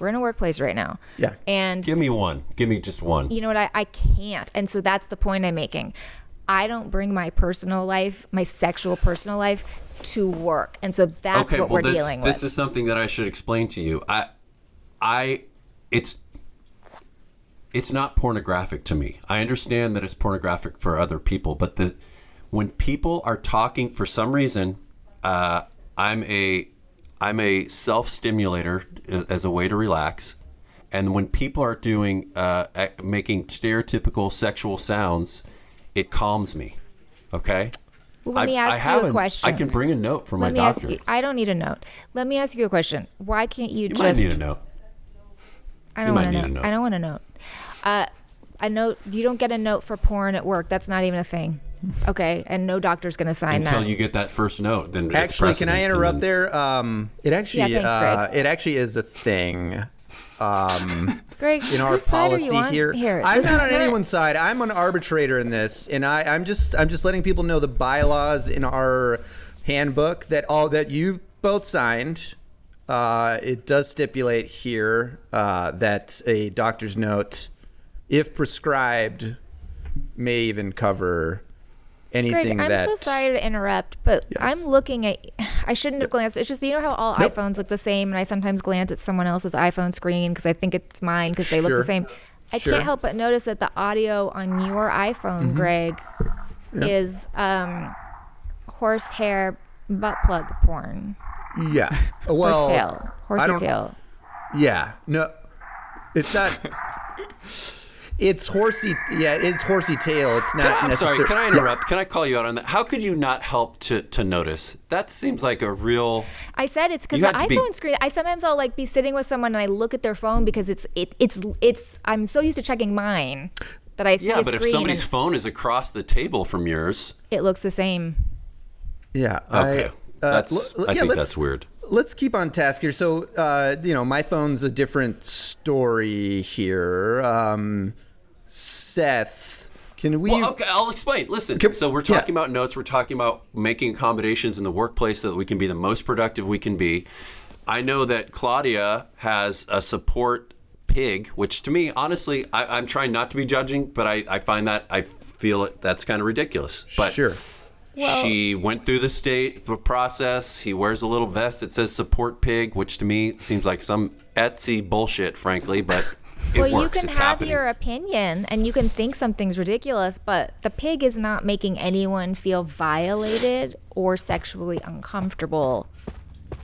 Speaker 5: We're in a workplace right now.
Speaker 2: Yeah.
Speaker 5: And
Speaker 4: Give me one. Give me just one.
Speaker 5: you know what I, I can't and so that's the point i'm making i don't bring my personal life my sexual personal life to work and so that's
Speaker 4: okay,
Speaker 5: what
Speaker 4: well,
Speaker 5: we're
Speaker 4: that's,
Speaker 5: dealing
Speaker 4: this
Speaker 5: with
Speaker 4: is something that I should explain to you. I, I, it's, it's not pornographic to me. I understand that it's pornographic for other people, but the, when people are talking for some reason, uh, I'm a, I'm a self stimulator as a way to relax, and when people are doing, uh, ac- making stereotypical sexual sounds, it calms me. Okay.
Speaker 5: Well, let
Speaker 4: I,
Speaker 5: me ask
Speaker 4: I
Speaker 5: you
Speaker 4: have
Speaker 5: a
Speaker 4: an-
Speaker 5: question
Speaker 4: I can bring a note from
Speaker 5: let
Speaker 4: my
Speaker 5: me
Speaker 4: doctor.
Speaker 5: ask you i don't need a note let me ask you a question why can't you,
Speaker 4: You might
Speaker 5: just
Speaker 4: need a note.
Speaker 5: i don't
Speaker 4: might
Speaker 5: want
Speaker 4: need a note.
Speaker 5: i don't want a note uh, a note you don't get a note for porn at work that's not even a thing okay and no doctor's gonna sign
Speaker 4: Until
Speaker 5: that
Speaker 4: you get that first note, then it's
Speaker 2: actually, can
Speaker 4: precedent,
Speaker 2: I
Speaker 4: and
Speaker 2: interrupt
Speaker 4: then-
Speaker 2: there? Um, it actually,
Speaker 5: Yeah, thanks,
Speaker 2: uh, it actually is a thing. Um,
Speaker 5: greg
Speaker 2: in our
Speaker 5: whose side are
Speaker 2: policy
Speaker 5: you on?
Speaker 2: here.
Speaker 5: here
Speaker 2: I'm
Speaker 5: this
Speaker 2: not
Speaker 5: is
Speaker 2: on anyone's side. I'm an arbitrator in this, and I, I'm just I'm just letting people know the bylaws in our handbook that all that you both signed. Uh, it does stipulate here uh, that a doctor's note, if prescribed, may even cover anything
Speaker 5: Greg, I'm
Speaker 2: that.
Speaker 5: so sorry to interrupt, but
Speaker 2: Yes.
Speaker 5: I'm looking at. I shouldn't have glanced. It's just you know how all
Speaker 2: Nope.
Speaker 5: iPhones look the same, and I sometimes glance at someone else's iPhone screen because I think it's mine because they look
Speaker 2: Sure.
Speaker 5: the same. I
Speaker 2: Sure. Mm-hmm.
Speaker 5: can't help but notice that the audio on your iPhone, Greg, is um, horsehair butt plug porn,
Speaker 2: Yeah. Well.
Speaker 5: horsetail,
Speaker 2: don't-
Speaker 5: horsetail.
Speaker 2: Yeah. No. It's not. It's horsey. Yeah, it's horsey tail. It's not.
Speaker 4: Ah, I'm
Speaker 2: necessar-
Speaker 4: sorry. Can I
Speaker 2: Yeah.
Speaker 4: interrupt? Can I call you out on that? How could you not help to, to notice? That seems like a real.
Speaker 5: I said it's because
Speaker 4: You
Speaker 5: the
Speaker 4: had to be-
Speaker 5: iPhone screen. I sometimes I'll like be sitting with someone and I look at their phone because it's it, it's it's. I'm so used to checking mine that I see
Speaker 4: Yeah,
Speaker 5: a
Speaker 4: but if
Speaker 5: screen
Speaker 4: somebody's
Speaker 5: and
Speaker 4: phone is across the table from yours,
Speaker 5: it looks the same.
Speaker 2: Yeah. uh,
Speaker 4: okay, that's.
Speaker 2: l- l-
Speaker 4: I
Speaker 2: yeah,
Speaker 4: think
Speaker 2: let's-
Speaker 4: that's weird.
Speaker 2: Let's keep on task here. So, uh, you know, my phone's a different story here. Um, Seth, can we?
Speaker 4: Well, okay, I'll explain. Listen,
Speaker 2: Can-
Speaker 4: so we're
Speaker 2: yeah.
Speaker 4: talking about notes. We're talking about making accommodations in the workplace so that we can be the most productive we can be. I know that Claudia has a support pig, which to me, honestly, I, I'm trying not to be judging, but I, I find that I feel it, that's kind of ridiculous. But
Speaker 2: Sure.
Speaker 4: she went through the state the process. He wears a little vest that says support pig, which to me seems like some Etsy bullshit, frankly, but It
Speaker 5: well,
Speaker 4: works.
Speaker 5: you can
Speaker 4: it's
Speaker 5: have
Speaker 4: happening.
Speaker 5: your opinion and you can think something's ridiculous, but the pig is not making anyone feel violated or sexually uncomfortable.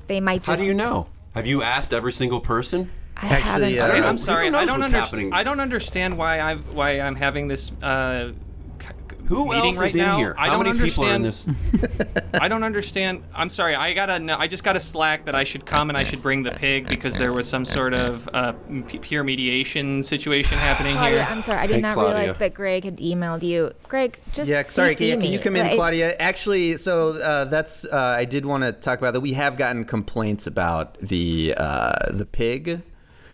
Speaker 5: They might
Speaker 4: How
Speaker 5: just.
Speaker 4: do you know? Have you asked every single person?
Speaker 5: I
Speaker 2: Actually, uh,
Speaker 5: haven't-
Speaker 4: know.
Speaker 3: I'm sorry.
Speaker 4: Who knows
Speaker 3: I don't
Speaker 4: what's
Speaker 3: understand.
Speaker 4: happening?
Speaker 3: I don't understand why I why I'm having this. Uh, c-
Speaker 4: Who
Speaker 3: meeting
Speaker 4: else
Speaker 3: right
Speaker 4: is in
Speaker 3: now.
Speaker 4: here?
Speaker 3: I
Speaker 4: How
Speaker 3: don't
Speaker 4: many people are in this?
Speaker 3: understand- I don't understand. I'm sorry. I got a. I just got a slack that I should come and I should bring the pig because there was some sort of uh, m- peer mediation situation happening
Speaker 5: Claudia,
Speaker 3: here.
Speaker 5: Oh, I'm sorry. I did
Speaker 4: Hey,
Speaker 5: not
Speaker 4: Claudia.
Speaker 5: realize that Greg had emailed you. Greg, just
Speaker 2: Yeah, sorry.
Speaker 5: CC
Speaker 2: Can,
Speaker 5: me.
Speaker 2: can you come in,
Speaker 5: Like, it's-
Speaker 2: Claudia? Actually, so uh, that's uh, I did want to talk about that. We have gotten complaints about the uh, the pig,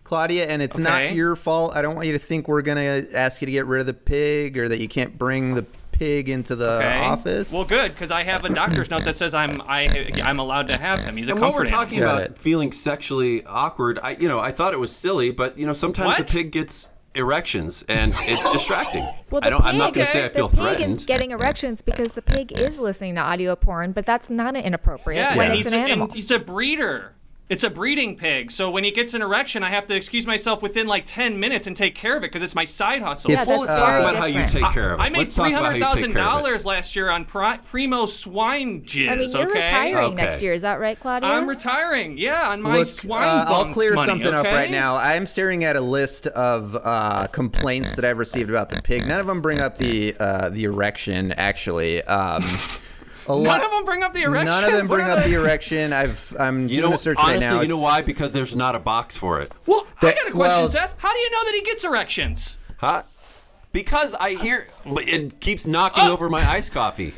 Speaker 2: Claudia, and it's not
Speaker 3: Okay.
Speaker 2: your fault. I don't want you to think we're gonna ask you to get rid of the pig or that you can't bring the pig into the
Speaker 3: Okay.
Speaker 2: office.
Speaker 3: Well, good because I have a doctor's note that says I'm I I'm allowed to have him. He's a
Speaker 4: And while
Speaker 3: comfort
Speaker 4: we're
Speaker 3: animal.
Speaker 4: talking
Speaker 2: Yeah.
Speaker 4: about feeling sexually awkward, I you know I thought it was silly, but you know sometimes
Speaker 3: What?
Speaker 4: the pig gets erections and it's distracting.
Speaker 5: Well, the
Speaker 4: I don't. I'm not
Speaker 5: pig-
Speaker 4: going to say I
Speaker 5: the
Speaker 4: feel
Speaker 5: pig
Speaker 4: threatened.
Speaker 5: is getting erections because the pig is listening to audio porn, but that's not an inappropriate
Speaker 3: Yeah,
Speaker 5: when
Speaker 3: and
Speaker 5: it's
Speaker 3: he's
Speaker 5: an
Speaker 3: a,
Speaker 5: animal.
Speaker 3: And he's a breeder. It's a breeding pig. So when he gets an erection, I have to excuse myself within like 10 minutes and take care of it because it's my side hustle.
Speaker 5: Yeah,
Speaker 4: well,
Speaker 5: that's
Speaker 4: let's talk
Speaker 5: very
Speaker 4: about how you
Speaker 5: different.
Speaker 4: take care of it.
Speaker 3: I made
Speaker 4: let's talk about how you take care of it.
Speaker 3: $300,000 last year on pri- primo swine jizz,
Speaker 5: I mean, you're
Speaker 3: okay?
Speaker 5: retiring
Speaker 4: Okay.
Speaker 5: next year. Is that right, Claudia?
Speaker 3: I'm retiring. Yeah, on my
Speaker 2: Look,
Speaker 3: swine
Speaker 2: uh, I'll
Speaker 3: bunk
Speaker 2: clear
Speaker 3: money,
Speaker 2: something up
Speaker 3: okay?
Speaker 2: right now. I'm staring at a list of uh, complaints that I've received about the pig. None of them bring up the uh, the erection. Actually, um, a lot.
Speaker 3: None of them bring up the erection.
Speaker 2: None of them
Speaker 3: What
Speaker 2: bring
Speaker 3: are
Speaker 2: up
Speaker 3: they-
Speaker 2: the er-, erection. I've I'm
Speaker 4: You
Speaker 2: doing
Speaker 4: know,
Speaker 2: a search
Speaker 4: honestly,
Speaker 2: right now.
Speaker 4: you know
Speaker 2: It's-
Speaker 4: why? Because there's not a box for it.
Speaker 3: Well, I
Speaker 2: That-
Speaker 3: got a question,
Speaker 2: well-
Speaker 3: Seth. How do you know that he gets erections?
Speaker 4: Huh? Because I hear but it keeps knocking over my iced coffee.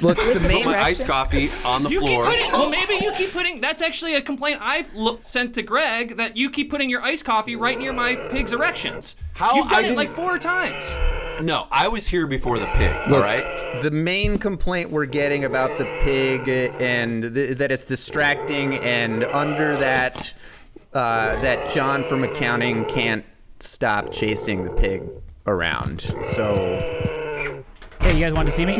Speaker 2: Look, the main
Speaker 4: My iced coffee on the
Speaker 3: You
Speaker 4: floor.
Speaker 3: keep putting. Well, maybe you keep putting. That's actually a complaint I've lo- sent to Greg that you keep putting your iced coffee right near my pig's erections.
Speaker 4: How
Speaker 3: You've done
Speaker 4: I
Speaker 3: it
Speaker 4: didn't-
Speaker 3: like four times.
Speaker 4: No, I was here before the pig. all right.
Speaker 2: the main complaint we're getting about the pig and th- that it's distracting and under that uh, that John from accounting can't stop chasing the pig around. So
Speaker 1: Hey, you guys want to see me?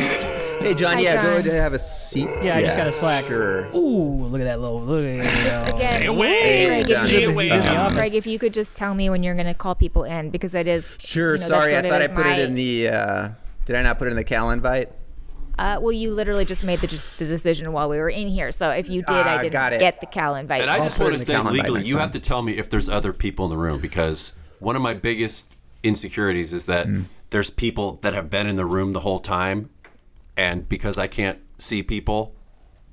Speaker 2: hey John,
Speaker 5: Hi,
Speaker 2: yeah, go
Speaker 5: John.
Speaker 2: ahead and have a seat.
Speaker 1: Yeah, I just got a slack.
Speaker 2: Sure.
Speaker 1: Ooh, look at that little. Look at that.
Speaker 5: Again,
Speaker 3: Stay away.
Speaker 5: Greg, if
Speaker 2: Stay
Speaker 5: you-
Speaker 2: away.
Speaker 1: Um,
Speaker 5: Greg, if you could just tell me when you're going to call people in, because it is.
Speaker 2: Sure.
Speaker 5: you know, that's
Speaker 2: sorry, I
Speaker 5: sort of
Speaker 2: thought I
Speaker 5: like
Speaker 2: put
Speaker 5: my-
Speaker 2: it in the. Uh, did I not put it in the cal invite?
Speaker 5: Uh, well, you literally just made the, just the decision while we were in here, so if you did,
Speaker 2: Ah,
Speaker 5: I didn't
Speaker 2: got it.
Speaker 5: get the Cal invite.
Speaker 4: And I just
Speaker 2: put it
Speaker 4: want
Speaker 2: in
Speaker 4: to
Speaker 2: the
Speaker 4: say
Speaker 2: calendar by
Speaker 4: legally,
Speaker 2: next
Speaker 4: you
Speaker 2: time.
Speaker 4: have to tell me if there's other people in the room because one of my biggest insecurities is that
Speaker 2: Mm.
Speaker 4: there's people that have been in the room the whole time, and because I can't see people,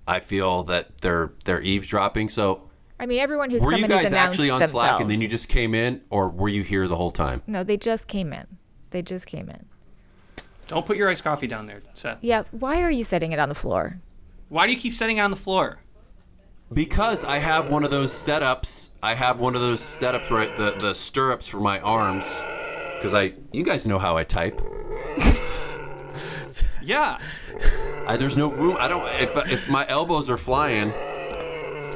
Speaker 4: I feel that they're they're eavesdropping. So
Speaker 5: I mean, everyone who's
Speaker 4: were
Speaker 5: come
Speaker 4: you
Speaker 5: in has
Speaker 4: guys
Speaker 5: announced
Speaker 4: actually on
Speaker 5: themselves.
Speaker 4: Slack and then you just came in, or were you here the whole time?
Speaker 5: No, they just came in. They just came in.
Speaker 3: Don't put your iced coffee down there, Seth.
Speaker 5: Yeah. Why are you setting it on the floor?
Speaker 3: Why do you keep setting it on the floor?
Speaker 4: Because I have one of those setups. I have one of those setups where the the stirrups for my arms. Because I, you guys know how I type.
Speaker 3: Yeah.
Speaker 4: I, there's no room. I don't. If if my elbows are flying,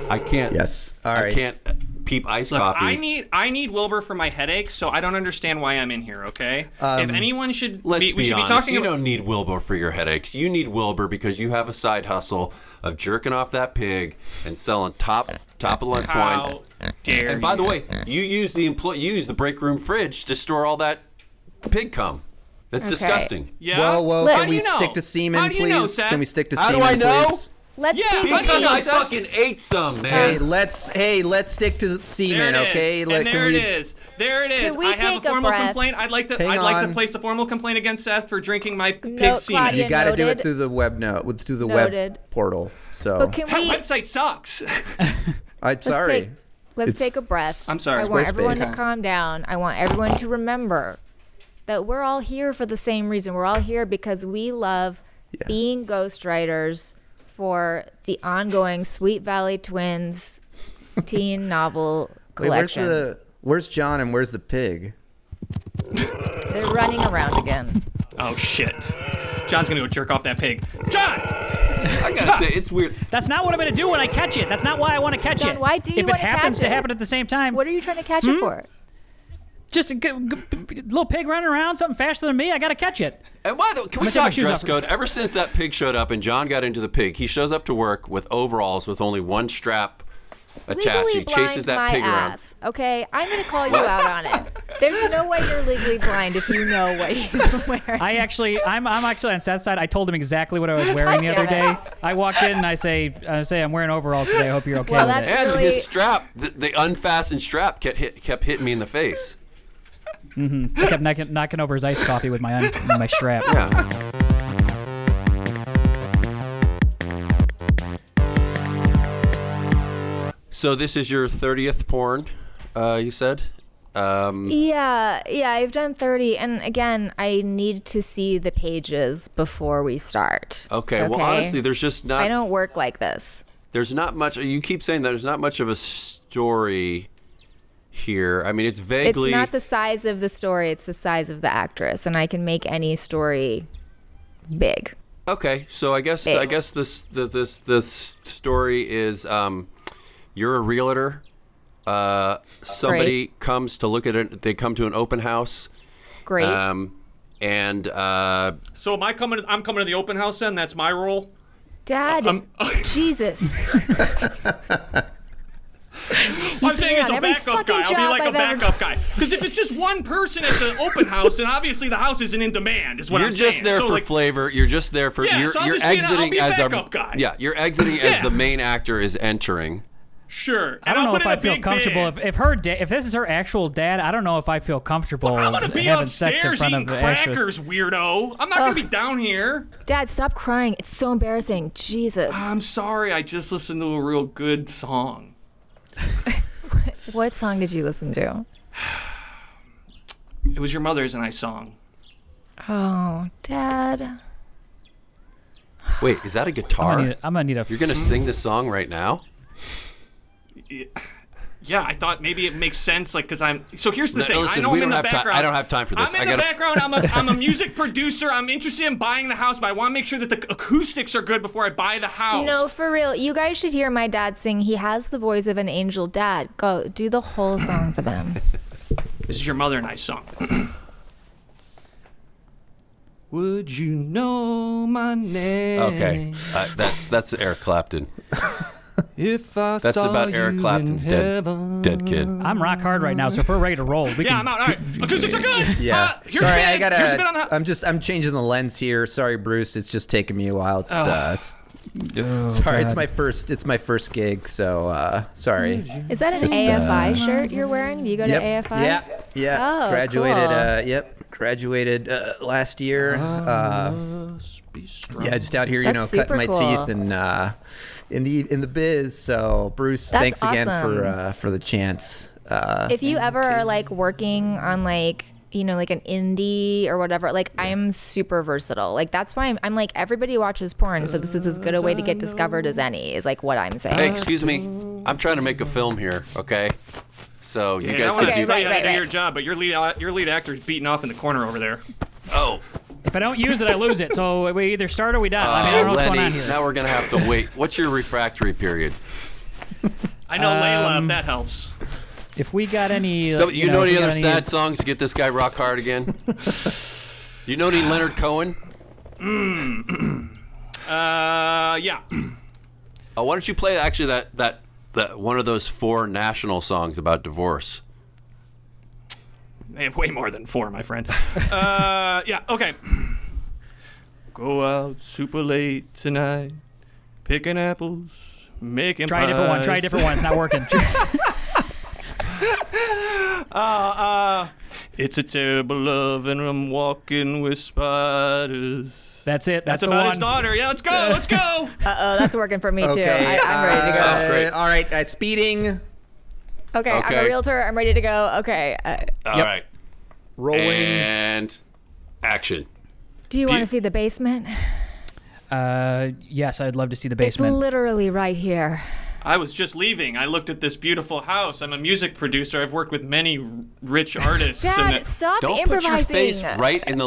Speaker 4: I can't.
Speaker 2: Yes. All right.
Speaker 4: I can't peep iced
Speaker 3: Look,
Speaker 4: coffee.
Speaker 3: I need I need Wilbur for my headache, so I don't understand why I'm in here. Okay.
Speaker 2: Um,
Speaker 3: if anyone should,
Speaker 4: Let's
Speaker 3: be, we
Speaker 4: be
Speaker 3: should
Speaker 4: honest.
Speaker 3: be talking.
Speaker 4: you
Speaker 3: about,
Speaker 4: don't need Wilbur for your headaches. You need Wilbur because you have a side hustle of jerking off that pig and selling top top of the line swine.
Speaker 3: how dare
Speaker 4: And by
Speaker 3: you.
Speaker 4: the way, you use the employ you use the break room fridge to store all that pig cum. That's
Speaker 5: Okay.
Speaker 4: disgusting.
Speaker 3: yeah.
Speaker 2: Whoa, whoa!
Speaker 5: Look- How
Speaker 2: can
Speaker 5: do
Speaker 2: we
Speaker 3: you know?
Speaker 2: stick to semen,
Speaker 3: How do you
Speaker 2: please?
Speaker 3: know, Seth?
Speaker 2: Can we stick to
Speaker 4: How do
Speaker 2: semen,
Speaker 4: I know?
Speaker 2: please?
Speaker 5: Let's
Speaker 3: Yeah,
Speaker 5: do
Speaker 3: because
Speaker 4: Because
Speaker 5: something.
Speaker 4: I
Speaker 3: Seth.
Speaker 4: fucking ate some,
Speaker 2: Hey,
Speaker 4: man.
Speaker 2: let's hey, let's stick to
Speaker 3: There
Speaker 2: semen,
Speaker 3: it is.
Speaker 2: okay?
Speaker 3: and there it is. There it is.
Speaker 5: Can we
Speaker 3: I have
Speaker 5: take a
Speaker 3: a formal
Speaker 5: breath?
Speaker 3: complaint. I'd like to.
Speaker 2: Hang
Speaker 3: I'd like
Speaker 2: on.
Speaker 3: to place a formal complaint against Seth for drinking my pig
Speaker 5: No,
Speaker 3: semen.
Speaker 5: Claudia.
Speaker 2: You got to do it
Speaker 5: Noted.
Speaker 2: through the web note, with- through the
Speaker 5: Noted.
Speaker 2: web portal. So
Speaker 5: But can
Speaker 3: That
Speaker 5: we?
Speaker 3: website sucks.
Speaker 2: I'm sorry.
Speaker 5: Take, let's
Speaker 2: It's-
Speaker 5: take a breath.
Speaker 3: I'm sorry.
Speaker 5: I want
Speaker 2: Squarespace.
Speaker 5: everyone to
Speaker 2: Okay.
Speaker 5: calm down. I want everyone to remember that we're all here for the same reason. We're all here because we love being ghostwriters for the ongoing Sweet Valley Twins teen novel
Speaker 2: Wait, where's
Speaker 5: collection.
Speaker 2: the where's John and where's the pig?
Speaker 5: They're running around again.
Speaker 3: oh shit. John's gonna go jerk off that pig. John.
Speaker 4: I gotta say, it's weird.
Speaker 1: That's not what I'm going to do when I catch it. That's not why I want to catch
Speaker 5: John,
Speaker 1: it.
Speaker 5: why do you
Speaker 1: If it
Speaker 5: wanna
Speaker 1: happens
Speaker 5: catch
Speaker 1: to
Speaker 5: it?
Speaker 1: happen at the same time,
Speaker 5: What are you trying to catch it for?
Speaker 1: just a g- g- little pig running around, something faster than me, I got to catch it.
Speaker 4: And why the, can we
Speaker 1: take my
Speaker 4: talk
Speaker 1: shoes
Speaker 4: dress
Speaker 1: off.
Speaker 4: code? Ever since that pig showed up and John got into the pig, he shows up to work with overalls with only one strap attached.
Speaker 5: Legally
Speaker 4: He chases
Speaker 5: blind
Speaker 4: that
Speaker 5: my
Speaker 4: pig around.
Speaker 5: ass. Okay, I'm gonna call you out on it. There's no way you're legally blind if you know what he's wearing.
Speaker 1: I actually, I'm, I'm actually on Seth's side. I told him exactly what I was wearing the other
Speaker 5: Damn
Speaker 1: day. I walked in and I say, I say, I'm wearing overalls today. I hope you're okay
Speaker 5: Well,
Speaker 1: with
Speaker 5: that's-
Speaker 1: it.
Speaker 4: And
Speaker 5: Really-
Speaker 4: his strap, the, the unfastened strap, kept hit, kept hitting me in the face.
Speaker 1: I kept knocking, knocking over his iced coffee with my un, my strap.
Speaker 4: Yeah. So this is your thirtieth porn, uh, you said. Um,
Speaker 5: Yeah, yeah, I've done 30. And again, I need to see the pages before we start.
Speaker 4: okay. Well, honestly, there's just
Speaker 5: I
Speaker 4: not
Speaker 5: don't work like this.
Speaker 4: there's not much. You keep saying that there's not much of a story here. I mean, it's
Speaker 5: It's
Speaker 4: vaguely.
Speaker 5: not the size of the story, it's the size of the actress. And I can make any story big.
Speaker 4: Okay, so I guess I
Speaker 5: Big.
Speaker 4: guess this the, this this story is um, you're a realtor. Uh, somebody comes to look at it. They come to an open house,
Speaker 5: Great.
Speaker 4: um, and uh,
Speaker 3: So am I coming? I'm coming to the open house then. That's my role.
Speaker 5: Dad,
Speaker 3: I'm-
Speaker 5: Jesus.
Speaker 3: I'm saying as
Speaker 5: on
Speaker 3: a
Speaker 5: every
Speaker 3: backup
Speaker 5: fucking
Speaker 3: guy, I'll be
Speaker 5: job
Speaker 3: like a
Speaker 5: I've ever
Speaker 3: backup guy. Because if it's just one person at the open house, then obviously the house isn't in demand. Is what
Speaker 4: you're
Speaker 3: I'm
Speaker 4: just
Speaker 3: saying.
Speaker 4: there
Speaker 3: so
Speaker 4: for
Speaker 3: like,
Speaker 4: flavor. You're just there for
Speaker 3: Yeah,
Speaker 4: you're,
Speaker 3: so I'll
Speaker 4: you're
Speaker 3: just be an- I'll
Speaker 4: exiting
Speaker 3: be a
Speaker 4: as
Speaker 3: backup guy.
Speaker 4: yeah you're exiting as
Speaker 3: Yeah.
Speaker 4: the main actor is entering.
Speaker 3: sure.
Speaker 1: I don't
Speaker 3: and I'll
Speaker 1: know
Speaker 3: put
Speaker 1: if
Speaker 3: in
Speaker 1: I
Speaker 3: a
Speaker 1: feel
Speaker 3: big
Speaker 1: comfortable.
Speaker 3: bid.
Speaker 1: If, if her, da- if this is her actual dad, I don't know if I feel comfortable
Speaker 3: I'm gonna be
Speaker 1: having sex in
Speaker 3: upstairs
Speaker 1: front
Speaker 3: eating
Speaker 1: of the actress.
Speaker 3: crackers, weirdo. I'm not gonna be down here.
Speaker 5: Dad, stop crying. It's so embarrassing. Jesus.
Speaker 4: Um,
Speaker 3: I'm sorry. I just listened to a real good song.
Speaker 5: what song did you listen to?
Speaker 3: It was your mother's and I song.
Speaker 5: Oh, Dad.
Speaker 4: Wait, is that a guitar?
Speaker 1: I'm gonna need- I'm gonna need a.
Speaker 4: you're gonna sing this song right now?
Speaker 3: Yeah, I thought maybe it makes sense, like, cause I'm. So here's the
Speaker 4: No,
Speaker 3: thing.
Speaker 4: listen,
Speaker 3: I know
Speaker 4: we
Speaker 3: I'm in
Speaker 4: don't
Speaker 3: the
Speaker 4: have ti- I
Speaker 3: background.
Speaker 4: don't have time for this.
Speaker 3: I'm in
Speaker 4: I
Speaker 3: the
Speaker 4: gotta-
Speaker 3: background. I'm a, I'm a music producer. I'm interested in buying the house, but I want to make sure that the acoustics are good before I buy the
Speaker 4: Oh.
Speaker 3: house.
Speaker 5: No, for real. You guys should hear my dad sing. He has the voice of an angel. Dad, go do the whole song for them.
Speaker 3: This is your mother and I song. Would you know my name?
Speaker 4: Okay, uh, that's that's Eric Clapton.
Speaker 3: If I
Speaker 4: That's about Eric Clapton's dead dead kid.
Speaker 1: I'm rock hard right now, so if we're ready to roll, we
Speaker 3: Yeah,
Speaker 1: can.
Speaker 3: I'm out. All right. Acoustics are good.
Speaker 2: Yeah.
Speaker 3: Uh, here's
Speaker 2: Sorry,
Speaker 3: a bit.
Speaker 2: I gotta.
Speaker 3: Here's a bit on the.
Speaker 2: I'm just. I'm changing the lens here. Sorry, Bruce. It's just taking me a while. It's. Uh, s- sorry, it's my first. It's my first gig. So uh, sorry.
Speaker 5: Is that an
Speaker 2: Just, uh,
Speaker 5: AFI shirt you're wearing? Do you go
Speaker 2: Yep.
Speaker 5: to AFI?
Speaker 2: Yeah. Yeah.
Speaker 5: Oh,
Speaker 2: graduated.
Speaker 5: cool.
Speaker 2: Uh, yep. Graduated uh, last year.
Speaker 3: Ah.
Speaker 2: Uh, yeah, just out here, you
Speaker 5: That's
Speaker 2: know, cutting my
Speaker 5: super cool.
Speaker 2: teeth and uh, in the in the biz. So Bruce,
Speaker 5: That's
Speaker 2: thanks again for
Speaker 5: awesome.
Speaker 2: uh, for the chance. Uh,
Speaker 5: If you ever are like working on like, you know, like an indie or whatever, like I'm super versatile. Like that's why I'm, I'm like everybody watches porn, so this is as good a way to get discovered as any. Is like what I'm saying.
Speaker 4: Hey, excuse me. I'm trying to make a film here, okay? So you guys
Speaker 3: I
Speaker 4: can
Speaker 5: okay,
Speaker 4: do
Speaker 3: tell you how
Speaker 4: that.
Speaker 3: to
Speaker 5: right,
Speaker 3: do
Speaker 5: right.
Speaker 3: your job, but your lead uh, your lead actor's beating off in the corner over there.
Speaker 4: Oh,
Speaker 1: If I don't use it, I lose it. So we either start or we die. I mean, I
Speaker 4: uh,
Speaker 1: don't know what's going on
Speaker 4: Lenny,
Speaker 1: here.
Speaker 4: now we're going to have to wait. What's your refractory period?
Speaker 3: I know Layla, if that helps.
Speaker 1: If we got any,
Speaker 4: So,
Speaker 1: uh,
Speaker 4: you, know,
Speaker 1: if
Speaker 4: any
Speaker 1: we got
Speaker 4: other sad songs to get this guy rock hard again? you know any Leonard Cohen?
Speaker 3: Uh, yeah.
Speaker 4: Oh, why don't you play actually that, that, that one of those four national songs about divorce?
Speaker 3: They have way more than four, my friend. Uh, yeah, okay. Go out super late tonight, picking apples, making
Speaker 1: Try a different one. Try a
Speaker 3: pies.
Speaker 1: different one. It's not working.
Speaker 3: It's a terrible love, and I'm walking with spiders.
Speaker 1: That's it. That's,
Speaker 3: That's
Speaker 1: the
Speaker 3: about
Speaker 1: one.
Speaker 3: his daughter. Yeah, let's go. Let's go.
Speaker 5: Oh, that's working for me too. I, I'm ready to go.
Speaker 2: uh,
Speaker 4: Great.
Speaker 2: all right. Uh, speeding.
Speaker 5: Okay, I'm
Speaker 4: Okay.
Speaker 5: a realtor. I'm ready to go. Okay. Uh,
Speaker 4: All
Speaker 1: Yep.
Speaker 4: right,
Speaker 2: Rolling.
Speaker 4: And action.
Speaker 5: do you want
Speaker 3: you-
Speaker 5: to see the basement?
Speaker 1: Uh, yes, I'd love to see the
Speaker 5: It's
Speaker 1: basement.
Speaker 5: literally right here.
Speaker 3: I was just leaving. I looked at this beautiful house. I'm a music producer. I've worked with many r- rich artists.
Speaker 5: Dad,
Speaker 3: and
Speaker 5: stop
Speaker 4: Don't put
Speaker 5: improvising.
Speaker 4: your face right in the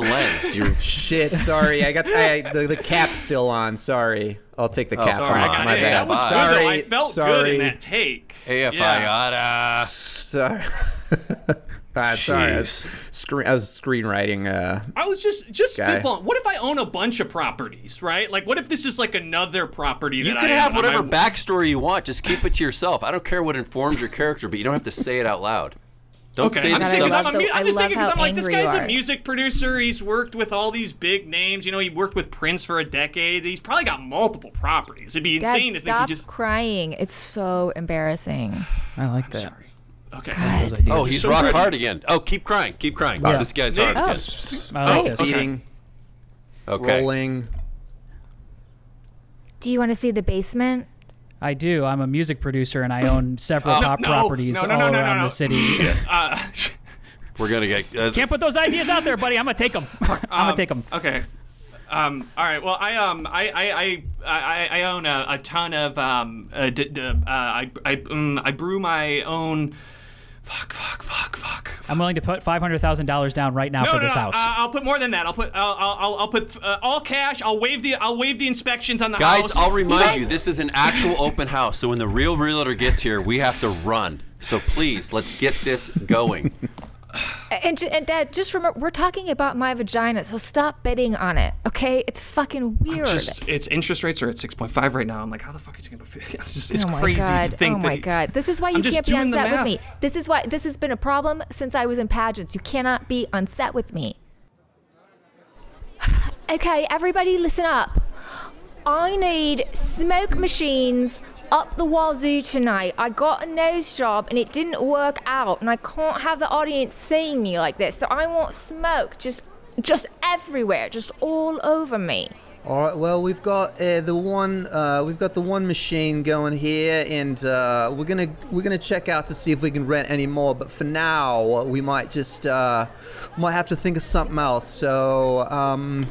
Speaker 4: lens. You're
Speaker 2: Shit, sorry. I got I, the, the cap still on. Sorry. I'll take the cap
Speaker 4: sorry.
Speaker 2: off.
Speaker 4: I got
Speaker 2: My
Speaker 4: it.
Speaker 2: bad.
Speaker 3: Oh, That was
Speaker 4: Sorry.
Speaker 3: good. Though. I felt
Speaker 2: sorry.
Speaker 3: good in that take.
Speaker 4: AFI.
Speaker 3: Yeah.
Speaker 4: yada.
Speaker 2: Sorry. Ah, sorry. I was,
Speaker 4: Jeez.
Speaker 2: screen, I was screenwriting. Uh,
Speaker 3: I was just just
Speaker 2: Guy.
Speaker 3: spitballing. What if I own a bunch of properties, right? Like, what if this is like another property
Speaker 4: You
Speaker 3: that
Speaker 4: can
Speaker 3: I
Speaker 4: have
Speaker 3: own?
Speaker 4: whatever
Speaker 3: Am I-
Speaker 4: backstory you want. Just keep it to yourself. I don't care what informs your character, but you don't have to say it out loud. Don't
Speaker 3: Okay,
Speaker 4: say
Speaker 3: I'm
Speaker 4: the
Speaker 3: just
Speaker 5: I
Speaker 3: saying
Speaker 4: same.
Speaker 5: love
Speaker 3: because I'm, a mu-
Speaker 5: the-
Speaker 3: I'm
Speaker 5: I
Speaker 3: just
Speaker 5: love
Speaker 3: saying because
Speaker 5: how
Speaker 3: I'm like this
Speaker 5: angry you
Speaker 3: guy's a
Speaker 5: are.
Speaker 3: music producer. He's worked with all these big names. You know, he worked with Prince for a decade. He's probably got multiple properties. It'd be
Speaker 5: Dad,
Speaker 3: insane to think he
Speaker 5: stop
Speaker 3: just
Speaker 5: crying. It's so embarrassing.
Speaker 1: I like that.
Speaker 3: okay.
Speaker 1: Those ideas.
Speaker 4: Oh, he's
Speaker 3: So
Speaker 4: rock
Speaker 3: sorry.
Speaker 4: hard again. Oh, keep crying, keep crying.
Speaker 1: Yeah.
Speaker 4: This guy's
Speaker 3: Nick-
Speaker 4: hard. again.
Speaker 1: I like
Speaker 3: Oh,
Speaker 1: this.
Speaker 3: okay.
Speaker 2: Speeding,
Speaker 4: Okay.
Speaker 2: rolling.
Speaker 5: Do you want to see the basement?
Speaker 1: I do. I'm a music producer and I own several pop
Speaker 3: Oh, no,
Speaker 1: properties
Speaker 3: no, no,
Speaker 1: all
Speaker 3: no, no,
Speaker 1: around
Speaker 3: no.
Speaker 1: the city.
Speaker 3: Uh,
Speaker 4: We're gonna get. Uh,
Speaker 1: Can't put those ideas out there, buddy. I'm gonna take them. I'm gonna take them.
Speaker 3: okay. Um, all right. Well, I um, I I I, I, I own a, a ton of um, uh, d- d- uh, I I um, I brew my own. Fuck! Fuck! Fuck! Fuck!
Speaker 1: I'm willing to put five hundred thousand dollars down right now
Speaker 3: No,
Speaker 1: for
Speaker 3: no,
Speaker 1: this
Speaker 3: no.
Speaker 1: house.
Speaker 3: Uh, I'll put more than that. I'll put. I'll. I'll. I'll- I'll put uh, all cash. I'll waive the. I'll waive the inspections on the
Speaker 4: guys,
Speaker 3: house.
Speaker 4: I'll remind you, this is an actual open house. So when the real realtor gets here, we have to run. So please, let's get this going.
Speaker 5: And, j- and Dad, just remember, we're talking about my vagina, so stop bidding on it, okay? It's fucking weird.
Speaker 3: Just, it's interest rates are at six point five right now. I'm like, how the fuck is he gonna put? It's just. It's
Speaker 5: oh my
Speaker 3: crazy
Speaker 5: god!
Speaker 3: to think
Speaker 5: oh
Speaker 3: that.
Speaker 5: my god! This is why you
Speaker 3: I'm just
Speaker 5: can't be
Speaker 3: doing
Speaker 5: on
Speaker 3: the
Speaker 5: set with
Speaker 3: math.
Speaker 5: me. This is why this has been a problem since I was in pageants. You cannot be on set with me. Okay, everybody, listen up. I need smoke machines up the wazoo tonight. I got a nose job and it didn't work out, and I can't have the audience seeing me like this. So I want smoke just, just everywhere, just all over me.
Speaker 2: All right. Well, we've got uh, the one. Uh, we've got the one machine going here, and uh, we're gonna we're gonna check out to see if we can rent any more. But for now, we might just uh, might have to think of something else. So um,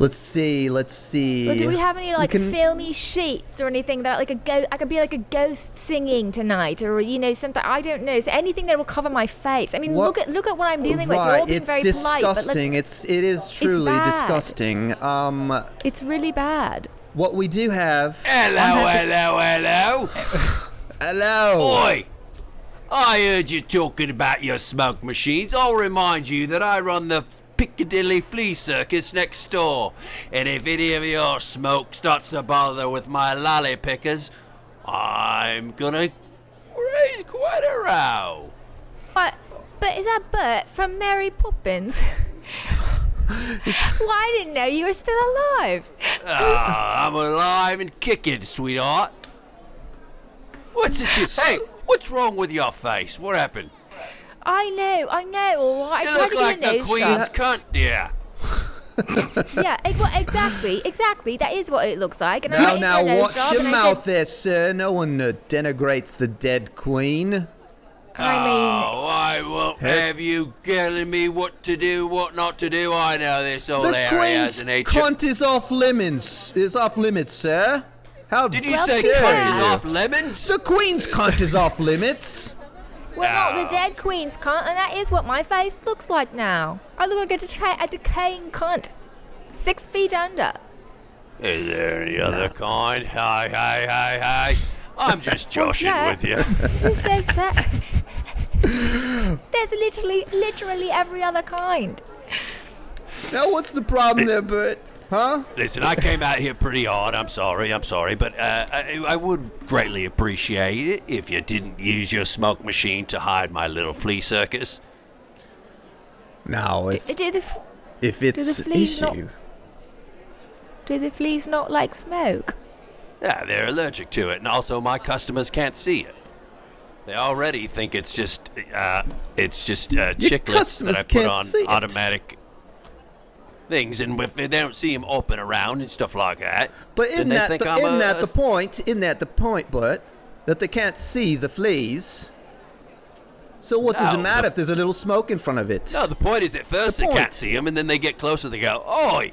Speaker 2: let's see. Let's see.
Speaker 5: But do we have any like
Speaker 2: can-
Speaker 5: filmy sheets or anything that like a go? I could be like a ghost singing tonight, or you know something. I don't know. So anything that will cover my face. I mean,
Speaker 2: What-
Speaker 5: look at look at what I'm dealing with. You're all
Speaker 2: Right,
Speaker 5: being
Speaker 2: it's
Speaker 5: very
Speaker 2: disgusting.
Speaker 5: polite, but
Speaker 2: it's it is truly
Speaker 5: bad.
Speaker 2: disgusting. Um,
Speaker 5: let's, it's really bad.
Speaker 2: what we do have.
Speaker 4: Hello, hello, hello.
Speaker 2: Hello.
Speaker 4: Oi! I heard you talking about your smoke machines. I'll remind you that I run the Piccadilly Flea Circus next door. And if any of your smoke starts to bother with my lolly pickers, I'm gonna raise quite a row.
Speaker 5: But but is that Bert from Mary Poppins? Why I didn't know you were still alive.
Speaker 4: Ah, I'm alive and kicking, sweetheart. What's it? You, hey, what's wrong with your face? What happened?
Speaker 5: I know, I know. All right, I
Speaker 4: You
Speaker 5: tried
Speaker 4: look
Speaker 5: to
Speaker 4: like
Speaker 5: get a
Speaker 4: the
Speaker 5: nose
Speaker 4: Queen's
Speaker 5: job.
Speaker 4: cunt, dear.
Speaker 5: Yeah, e- well, exactly, exactly. That is what it looks like. And I
Speaker 2: Now,
Speaker 5: went in for a
Speaker 2: now,
Speaker 5: nose
Speaker 2: watch
Speaker 5: job
Speaker 2: your
Speaker 5: and I said-
Speaker 2: mouth there, sir. No one uh, denigrates the dead queen.
Speaker 5: I mean,
Speaker 4: Oh, I won't have you telling me what to do, what not to do. I know this old
Speaker 2: The
Speaker 4: area has
Speaker 2: queen's
Speaker 4: an agent.
Speaker 2: cunt is off limits. Is off limits, sir. How
Speaker 4: Did you
Speaker 5: Well,
Speaker 4: say
Speaker 5: she
Speaker 4: cunt
Speaker 5: has.
Speaker 4: is off lemons?
Speaker 2: The queen's cunt is off limits.
Speaker 5: Well, not the dead queen's cunt, and that is what my face looks like now. I look like a, deca- a decaying cunt, six feet under.
Speaker 4: Is there any other kind? Hi, hi, hi, hi. I'm just joshing
Speaker 5: yeah.
Speaker 4: with you.
Speaker 5: Who says that? There's literally, literally every other kind.
Speaker 2: Now, what's the problem there, Bert? Huh?
Speaker 4: Listen, I came out here pretty hard. I'm sorry, I'm sorry, but uh, I, I would greatly appreciate it if you didn't use your smoke machine to hide my little flea circus.
Speaker 2: No, it's
Speaker 5: Do the,
Speaker 2: if it's an
Speaker 5: fleas not-
Speaker 2: issue.
Speaker 5: do the fleas not like smoke?
Speaker 4: Yeah, they're allergic to it, and also my customers can't see it. They already think it's just uh, it's just uh,
Speaker 2: Your
Speaker 4: chiclets
Speaker 2: customers
Speaker 4: that I put
Speaker 2: can't
Speaker 4: on
Speaker 2: see it.
Speaker 4: automatic things, and if they don't see them open around and stuff like that,
Speaker 2: But
Speaker 4: then
Speaker 2: isn't
Speaker 4: they
Speaker 2: that
Speaker 4: think
Speaker 2: the,
Speaker 4: I'm
Speaker 2: isn't
Speaker 4: a,
Speaker 2: that the point? Isn't that the point, Bert? That they can't see the fleas. So what does it
Speaker 4: No,
Speaker 2: matter
Speaker 4: the-
Speaker 2: if there's a little smoke in front of it?
Speaker 4: No, the point is at first
Speaker 2: The
Speaker 4: they
Speaker 2: point.
Speaker 4: can't see them, and then they get closer, they go, "Oi,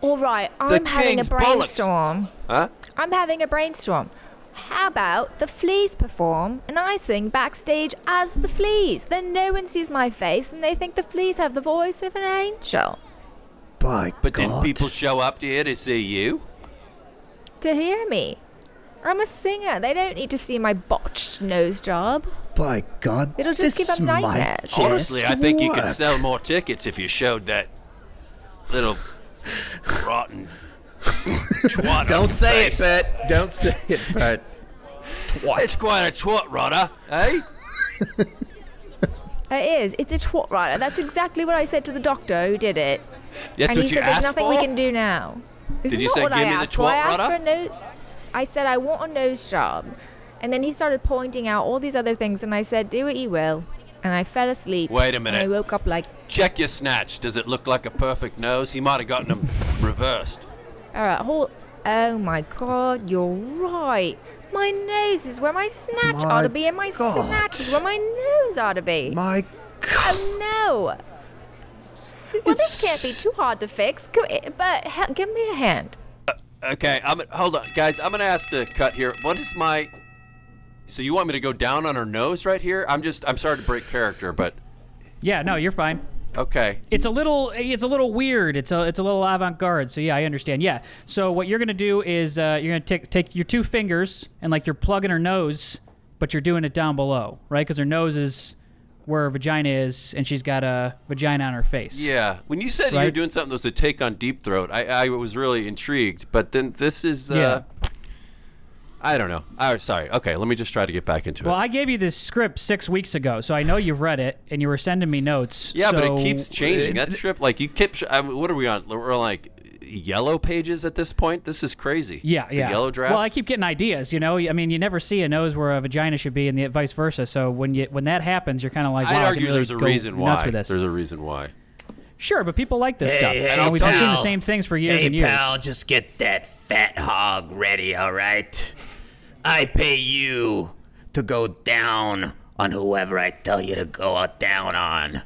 Speaker 5: All right, I'm having a
Speaker 4: king's bollocks.
Speaker 5: brainstorm.
Speaker 4: huh?
Speaker 5: I'm having a brainstorm. How about the fleas perform and I sing backstage as the fleas? Then no one sees my face and they think the fleas have the voice of an angel.
Speaker 2: By
Speaker 4: But
Speaker 2: God.
Speaker 4: didn't people show up here to see you?
Speaker 5: To hear me. I'm a singer. They don't need to see my botched nose job.
Speaker 2: By God.
Speaker 5: It'll just
Speaker 2: this
Speaker 5: give 'em
Speaker 2: might
Speaker 5: nightmares.
Speaker 2: just
Speaker 4: Honestly, I think you could
Speaker 2: work.
Speaker 4: sell more tickets if you showed that little rotten twat. on
Speaker 2: Don't
Speaker 4: your
Speaker 2: say it,
Speaker 4: face.
Speaker 2: Bert. Don't say it, Bert.
Speaker 4: It's quite a twat, Rodder, eh?
Speaker 5: It is. It's a twat rider. That's exactly what I said to the doctor who did it.
Speaker 4: That's
Speaker 5: and
Speaker 4: what
Speaker 5: he
Speaker 4: you
Speaker 5: said there's
Speaker 4: asked
Speaker 5: nothing
Speaker 4: for.
Speaker 5: we can do now. This
Speaker 4: Did
Speaker 5: is
Speaker 4: you
Speaker 5: not
Speaker 4: say,
Speaker 5: what I
Speaker 4: "Give me the
Speaker 5: asked for. I
Speaker 4: twat
Speaker 5: asked for
Speaker 4: rider"?
Speaker 5: a nose. I said I want a nose job, and then he started pointing out all these other things, and I said, "Do what you will," and I fell asleep.
Speaker 4: Wait a
Speaker 5: And I
Speaker 4: minute.
Speaker 5: woke up like,
Speaker 4: Check your snatch. Does it look like a perfect nose? He might have gotten them reversed.
Speaker 5: "All right, hold. Oh my God, you're right. My nose is where my snatch
Speaker 2: My
Speaker 5: ought to be, and my
Speaker 2: God.
Speaker 5: snatch is where my nose ought to be."
Speaker 2: My God.
Speaker 5: oh no. Well, this can't be too hard to fix. Come, eh, but he- give me a hand.
Speaker 4: Okay, I'm hold on, guys. I'm gonna ask to cut here. What is my? So you want me to go down on her nose right here? I'm just. I'm sorry to break character, but
Speaker 1: Yeah, no, you're fine.
Speaker 4: okay.
Speaker 1: It's a little, it's a little weird. It's a, it's a little avant-garde. So yeah, I understand. Yeah. So what you're gonna do is uh, you're gonna take take your two fingers and like you're plugging her nose, but you're doing it down below, right? Because her nose is where her vagina is, and she's got a vagina on her face.
Speaker 4: Yeah. When you said you were
Speaker 1: Right.
Speaker 4: doing something that was a take on Deep Throat, I, I was really intrigued. But then this is. Uh, I don't know. I was sorry. Okay, let me just try to get back into
Speaker 1: Well,
Speaker 4: it.
Speaker 1: I gave you this script six weeks ago, so I know you've read it, and you were sending me notes.
Speaker 4: Yeah, but it
Speaker 1: so-
Speaker 4: keeps changing. That trip, like you kept. I mean, what are we on? We're on like yellow pages at this point. This is crazy.
Speaker 1: Yeah,
Speaker 4: The
Speaker 1: yeah.
Speaker 4: yellow draft.
Speaker 1: Well, I keep getting ideas. You know, I mean, you never see a nose where a vagina should be, and the vice versa. So when you when that happens, you're kind of like, wow,
Speaker 4: I'd
Speaker 1: I can
Speaker 4: argue
Speaker 1: really
Speaker 4: there's a
Speaker 1: go
Speaker 4: reason
Speaker 1: nuts
Speaker 4: why.
Speaker 1: with this.
Speaker 4: There's a reason why.
Speaker 1: Sure, but people like this
Speaker 6: Hey,
Speaker 1: stuff.
Speaker 6: hey,
Speaker 1: and we've
Speaker 4: pal.
Speaker 1: seen the same things for years
Speaker 6: hey,
Speaker 1: and years.
Speaker 6: pal, just get that fat hog ready, all right? I pay you to go down on whoever I tell you to go down on.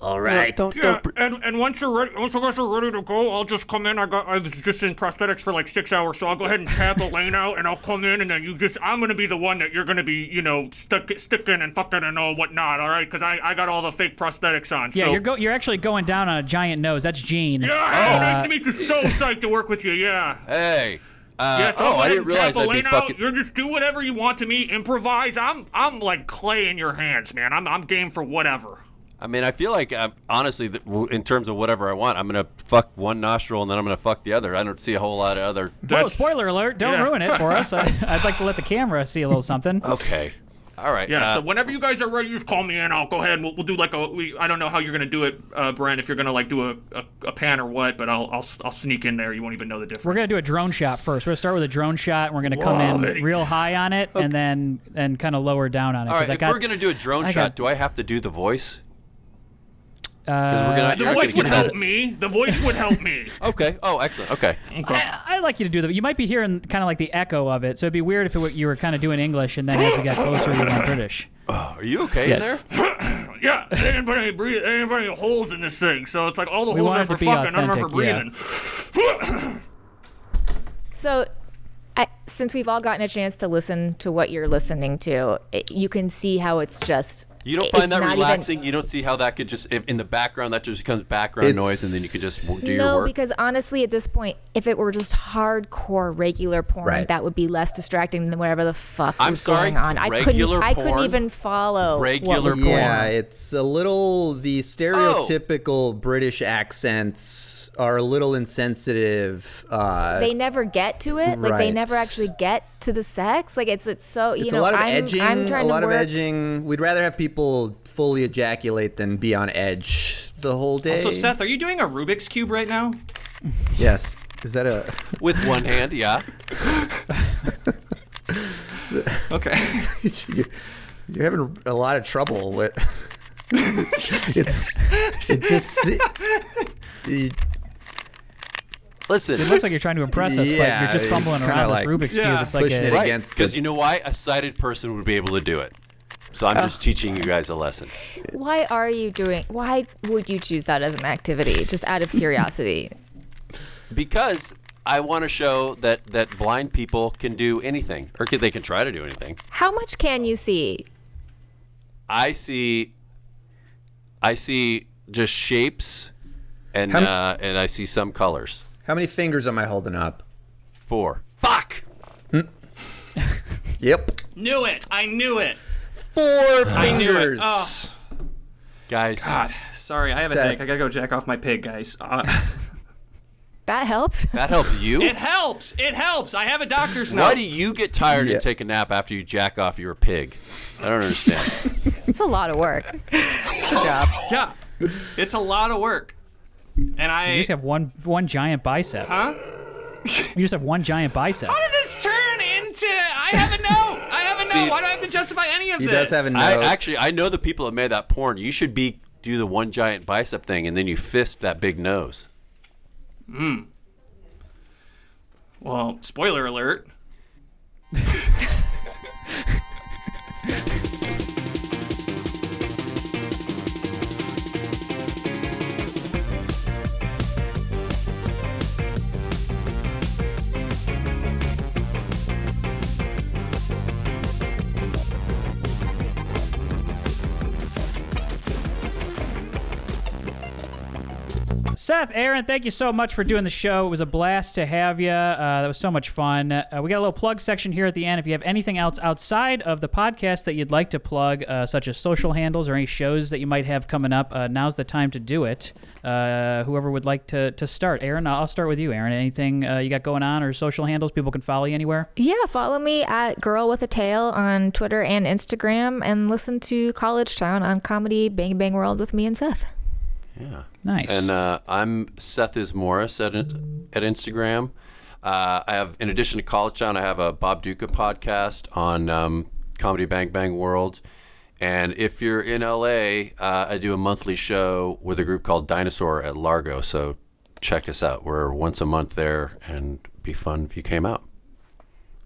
Speaker 6: All right.
Speaker 4: Don't,
Speaker 7: Yeah,
Speaker 4: don't. br-
Speaker 7: and, and once you're ready, once you guys are ready to go, I'll just come in. I got I was just in prosthetics for like six hours, so I'll go ahead and tab Elaine out, and I'll come in, and then you just I'm gonna be the one that you're gonna be you know stuck sticking and fucking and all whatnot. All right, because I I got all the fake prosthetics on.
Speaker 1: yeah,
Speaker 7: so.
Speaker 1: you're go- uh, you're actually going down on a giant nose. That's Gene.
Speaker 7: Yeah, hey, nice to meet you. So psyched to work with you. Yeah.
Speaker 4: Hey. Uh,
Speaker 7: Yeah, so
Speaker 4: oh, I
Speaker 7: go ahead
Speaker 4: didn't
Speaker 7: and
Speaker 4: realize
Speaker 7: tap
Speaker 4: I'd be
Speaker 7: Elena
Speaker 4: fucking.
Speaker 7: out. You're just do whatever you want to me. Improvise. I'm I'm like clay in your hands, man. I'm I'm game for whatever.
Speaker 4: I mean, I feel like I'm, honestly, th- w- in terms of whatever I want, I'm gonna fuck one nostril and then I'm gonna fuck the other. I don't see a whole lot of other.
Speaker 1: Whoa,
Speaker 7: That's-
Speaker 1: spoiler alert! Don't
Speaker 7: yeah.
Speaker 1: ruin it for us. I, I'd like to let the camera see a little something.
Speaker 4: Okay. All right.
Speaker 7: Yeah.
Speaker 4: uh,
Speaker 7: so whenever you guys are ready, just call me in. I'll go ahead and we'll, we'll do like a. We, I don't know how you're gonna do it, uh, Brent. If you're gonna like do a, a, a pan or what, but I'll, I'll I'll sneak in there. You won't even know the difference.
Speaker 1: We're gonna do a drone shot first. We're gonna start with a drone shot, and we're gonna come
Speaker 7: Whoa,
Speaker 1: in
Speaker 7: hey.
Speaker 1: real high on it, and then and kind of lower down on it.
Speaker 4: all
Speaker 1: 'cause
Speaker 4: right.
Speaker 1: I
Speaker 4: If
Speaker 1: got-
Speaker 4: we're gonna do a drone
Speaker 1: I
Speaker 4: shot,
Speaker 1: got- Uh,
Speaker 4: do I have to do the voice? Because we're gonna.
Speaker 7: the
Speaker 4: you're not
Speaker 7: voice
Speaker 4: gonna
Speaker 7: would
Speaker 4: get that.
Speaker 7: help me. The voice would help me.
Speaker 4: Okay. Oh, excellent. Okay.
Speaker 1: I, I'd like you to do that. You might be hearing kind of like the echo of it, so it'd be weird if it were, you were kind of doing English and then as we got closer, you went British.
Speaker 4: Are you okay in there?
Speaker 7: Yeah. There ain't very breathe. There ain't very holes in this thing, so it's like all the
Speaker 1: We
Speaker 7: holes
Speaker 1: want
Speaker 7: are
Speaker 1: it
Speaker 7: for
Speaker 1: to be
Speaker 7: fucking, none of them are for
Speaker 1: authentic, yeah.
Speaker 7: breathing.
Speaker 5: So, I, since we've all gotten a chance to listen to what you're listening to, it, you can see how it's just.
Speaker 4: You don't
Speaker 5: it-
Speaker 4: find
Speaker 5: it's
Speaker 4: that
Speaker 5: not even-
Speaker 4: relaxing? You don't see how that could just if, in the background that just becomes background
Speaker 2: It's-
Speaker 4: noise, and then you could just w- do your
Speaker 5: no,
Speaker 4: work.
Speaker 5: because honestly, at this point, if it were just hardcore regular porn,
Speaker 2: Right.
Speaker 5: that would be less distracting than whatever the fuck
Speaker 4: I'm
Speaker 5: was
Speaker 4: sorry,
Speaker 5: going on. I
Speaker 4: regular
Speaker 5: couldn't, I couldn't
Speaker 4: porn?
Speaker 5: even follow.
Speaker 4: Regular
Speaker 5: what was going
Speaker 4: porn.
Speaker 5: on.
Speaker 2: Yeah, it's a little.
Speaker 6: Oh.
Speaker 2: The stereotypical British accents are a little insensitive. Uh,
Speaker 5: They never get to it. Like they
Speaker 2: Right.
Speaker 5: never actually get to the sex. Like it's it's so you
Speaker 2: it's
Speaker 5: know.
Speaker 2: a lot of
Speaker 5: I'm,
Speaker 2: edging.
Speaker 5: I'm trying
Speaker 2: a lot
Speaker 5: to
Speaker 2: of
Speaker 5: work.
Speaker 2: edging. We'd rather have people fully ejaculate than be on edge the whole day.
Speaker 3: So Seth, are you doing a Rubik's cube right now?
Speaker 2: yes. Is that a?
Speaker 4: With one hand, yeah.
Speaker 3: Okay.
Speaker 2: you're, you're having a lot of trouble with. it's. It just. it-
Speaker 4: Listen,
Speaker 1: It looks like you're trying to impress us,
Speaker 2: Yeah,
Speaker 1: but you're just
Speaker 2: it's
Speaker 1: fumbling
Speaker 2: kinda
Speaker 1: around
Speaker 2: like
Speaker 1: this Rubik's
Speaker 3: yeah,
Speaker 1: cube. It's like
Speaker 2: pushing
Speaker 1: a,
Speaker 2: it
Speaker 4: right?
Speaker 2: against
Speaker 4: Because
Speaker 2: the-
Speaker 4: you know why a sighted person would be able to do it. So I'm just teaching you guys a lesson.
Speaker 5: Why are you doing? Why would you choose that as an activity? Just out of curiosity.
Speaker 4: because I want to show that that blind people can do anything, or can, they can try to do anything.
Speaker 5: How much can you see?
Speaker 4: I see, I see just shapes, and
Speaker 2: How m-
Speaker 4: uh, and I see some colors.
Speaker 2: How many fingers am I holding up?
Speaker 4: Four. Fuck.
Speaker 2: Yep.
Speaker 3: knew it. I knew it.
Speaker 2: Four
Speaker 3: knew it.
Speaker 2: fingers.
Speaker 3: Oh.
Speaker 4: Guys,
Speaker 3: God, sorry. I have a
Speaker 2: Seth.
Speaker 3: headache. I gotta go jack off my pig, guys. Uh,
Speaker 5: That helps.
Speaker 4: That help you?
Speaker 3: It helps. It helps. I have a doctor's note.
Speaker 4: Why do you get tired and take a nap after you jack off? You're a pig. I don't understand.
Speaker 5: It's a lot of work. It's a job.
Speaker 3: Yeah, it's a lot of work. And I
Speaker 1: You just have one one giant bicep.
Speaker 3: Huh?
Speaker 1: You just have one giant bicep.
Speaker 3: How did this turn into? I have a note. I have a
Speaker 4: See-
Speaker 3: note. Why do I have to justify any of
Speaker 2: He does
Speaker 3: this?
Speaker 2: have a note.
Speaker 4: I actually I know the people that made that porn. You should be do the one giant bicep thing and then you fist that big nose.
Speaker 3: Well, spoiler alert.
Speaker 1: Seth, Aaron, thank you so much for doing the show. It was a blast to have you. Uh, that was so much fun. Uh, we got a little plug section here at the end. If you have anything else outside of the podcast that you'd like to plug, uh, such as social handles or any shows that you might have coming up, uh, now's the time to do it. Uh, whoever would like to, to start, Aaron, I'll start with you. Aaron, anything uh, you got going on or social handles people can follow you anywhere?
Speaker 5: Yeah, follow me at Girl with a Tail on Twitter and Instagram, and listen to College Town on Comedy Bang Bang World with me and Seth.
Speaker 1: Nice.
Speaker 4: And uh, I'm Seth is Morris at at Instagram. Uh, I have, in addition to College Town, I have a Bob Duca podcast on um, Comedy Bang Bang World. And if you're in LA, uh, I do a monthly show with a group called Dinosaur at Largo. So check us out. We're once a month there, and it'd be fun if you came out.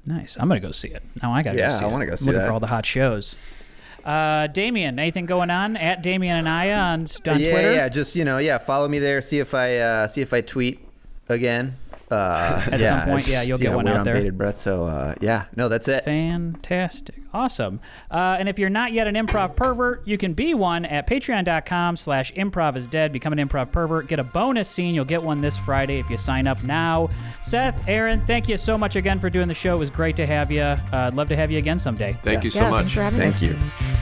Speaker 1: nice. I'm going to go see it. Now I got to
Speaker 2: Yeah,
Speaker 1: go see
Speaker 2: I
Speaker 1: it.
Speaker 2: wanna go see
Speaker 1: Looking
Speaker 2: that.
Speaker 1: for all the hot shows. Uh, Damien, anything going on at Damien and I on, on
Speaker 2: yeah,
Speaker 1: Twitter?
Speaker 2: yeah, just you know, yeah. Follow me there. See if I uh, see if I tweet again. Uh,
Speaker 1: At
Speaker 2: yeah,
Speaker 1: some point,
Speaker 2: it's-
Speaker 1: yeah, you'll get one
Speaker 2: we're
Speaker 1: out
Speaker 2: on
Speaker 1: there.
Speaker 2: Bated breath. So uh, yeah, no, that's it.
Speaker 1: Fantastic. Awesome. Uh, and if you're not yet an improv pervert, you can be one at patreon.com slash improv is dead. Become an improv pervert. Get a bonus scene. You'll get one this Friday if you sign up now. Seth, Aaron, thank you so much again for doing the show. It was great to have you. Uh, I'd love to have you again someday.
Speaker 4: Thank you so
Speaker 5: yeah,
Speaker 4: much.
Speaker 5: thanks for having us.
Speaker 2: Thank you.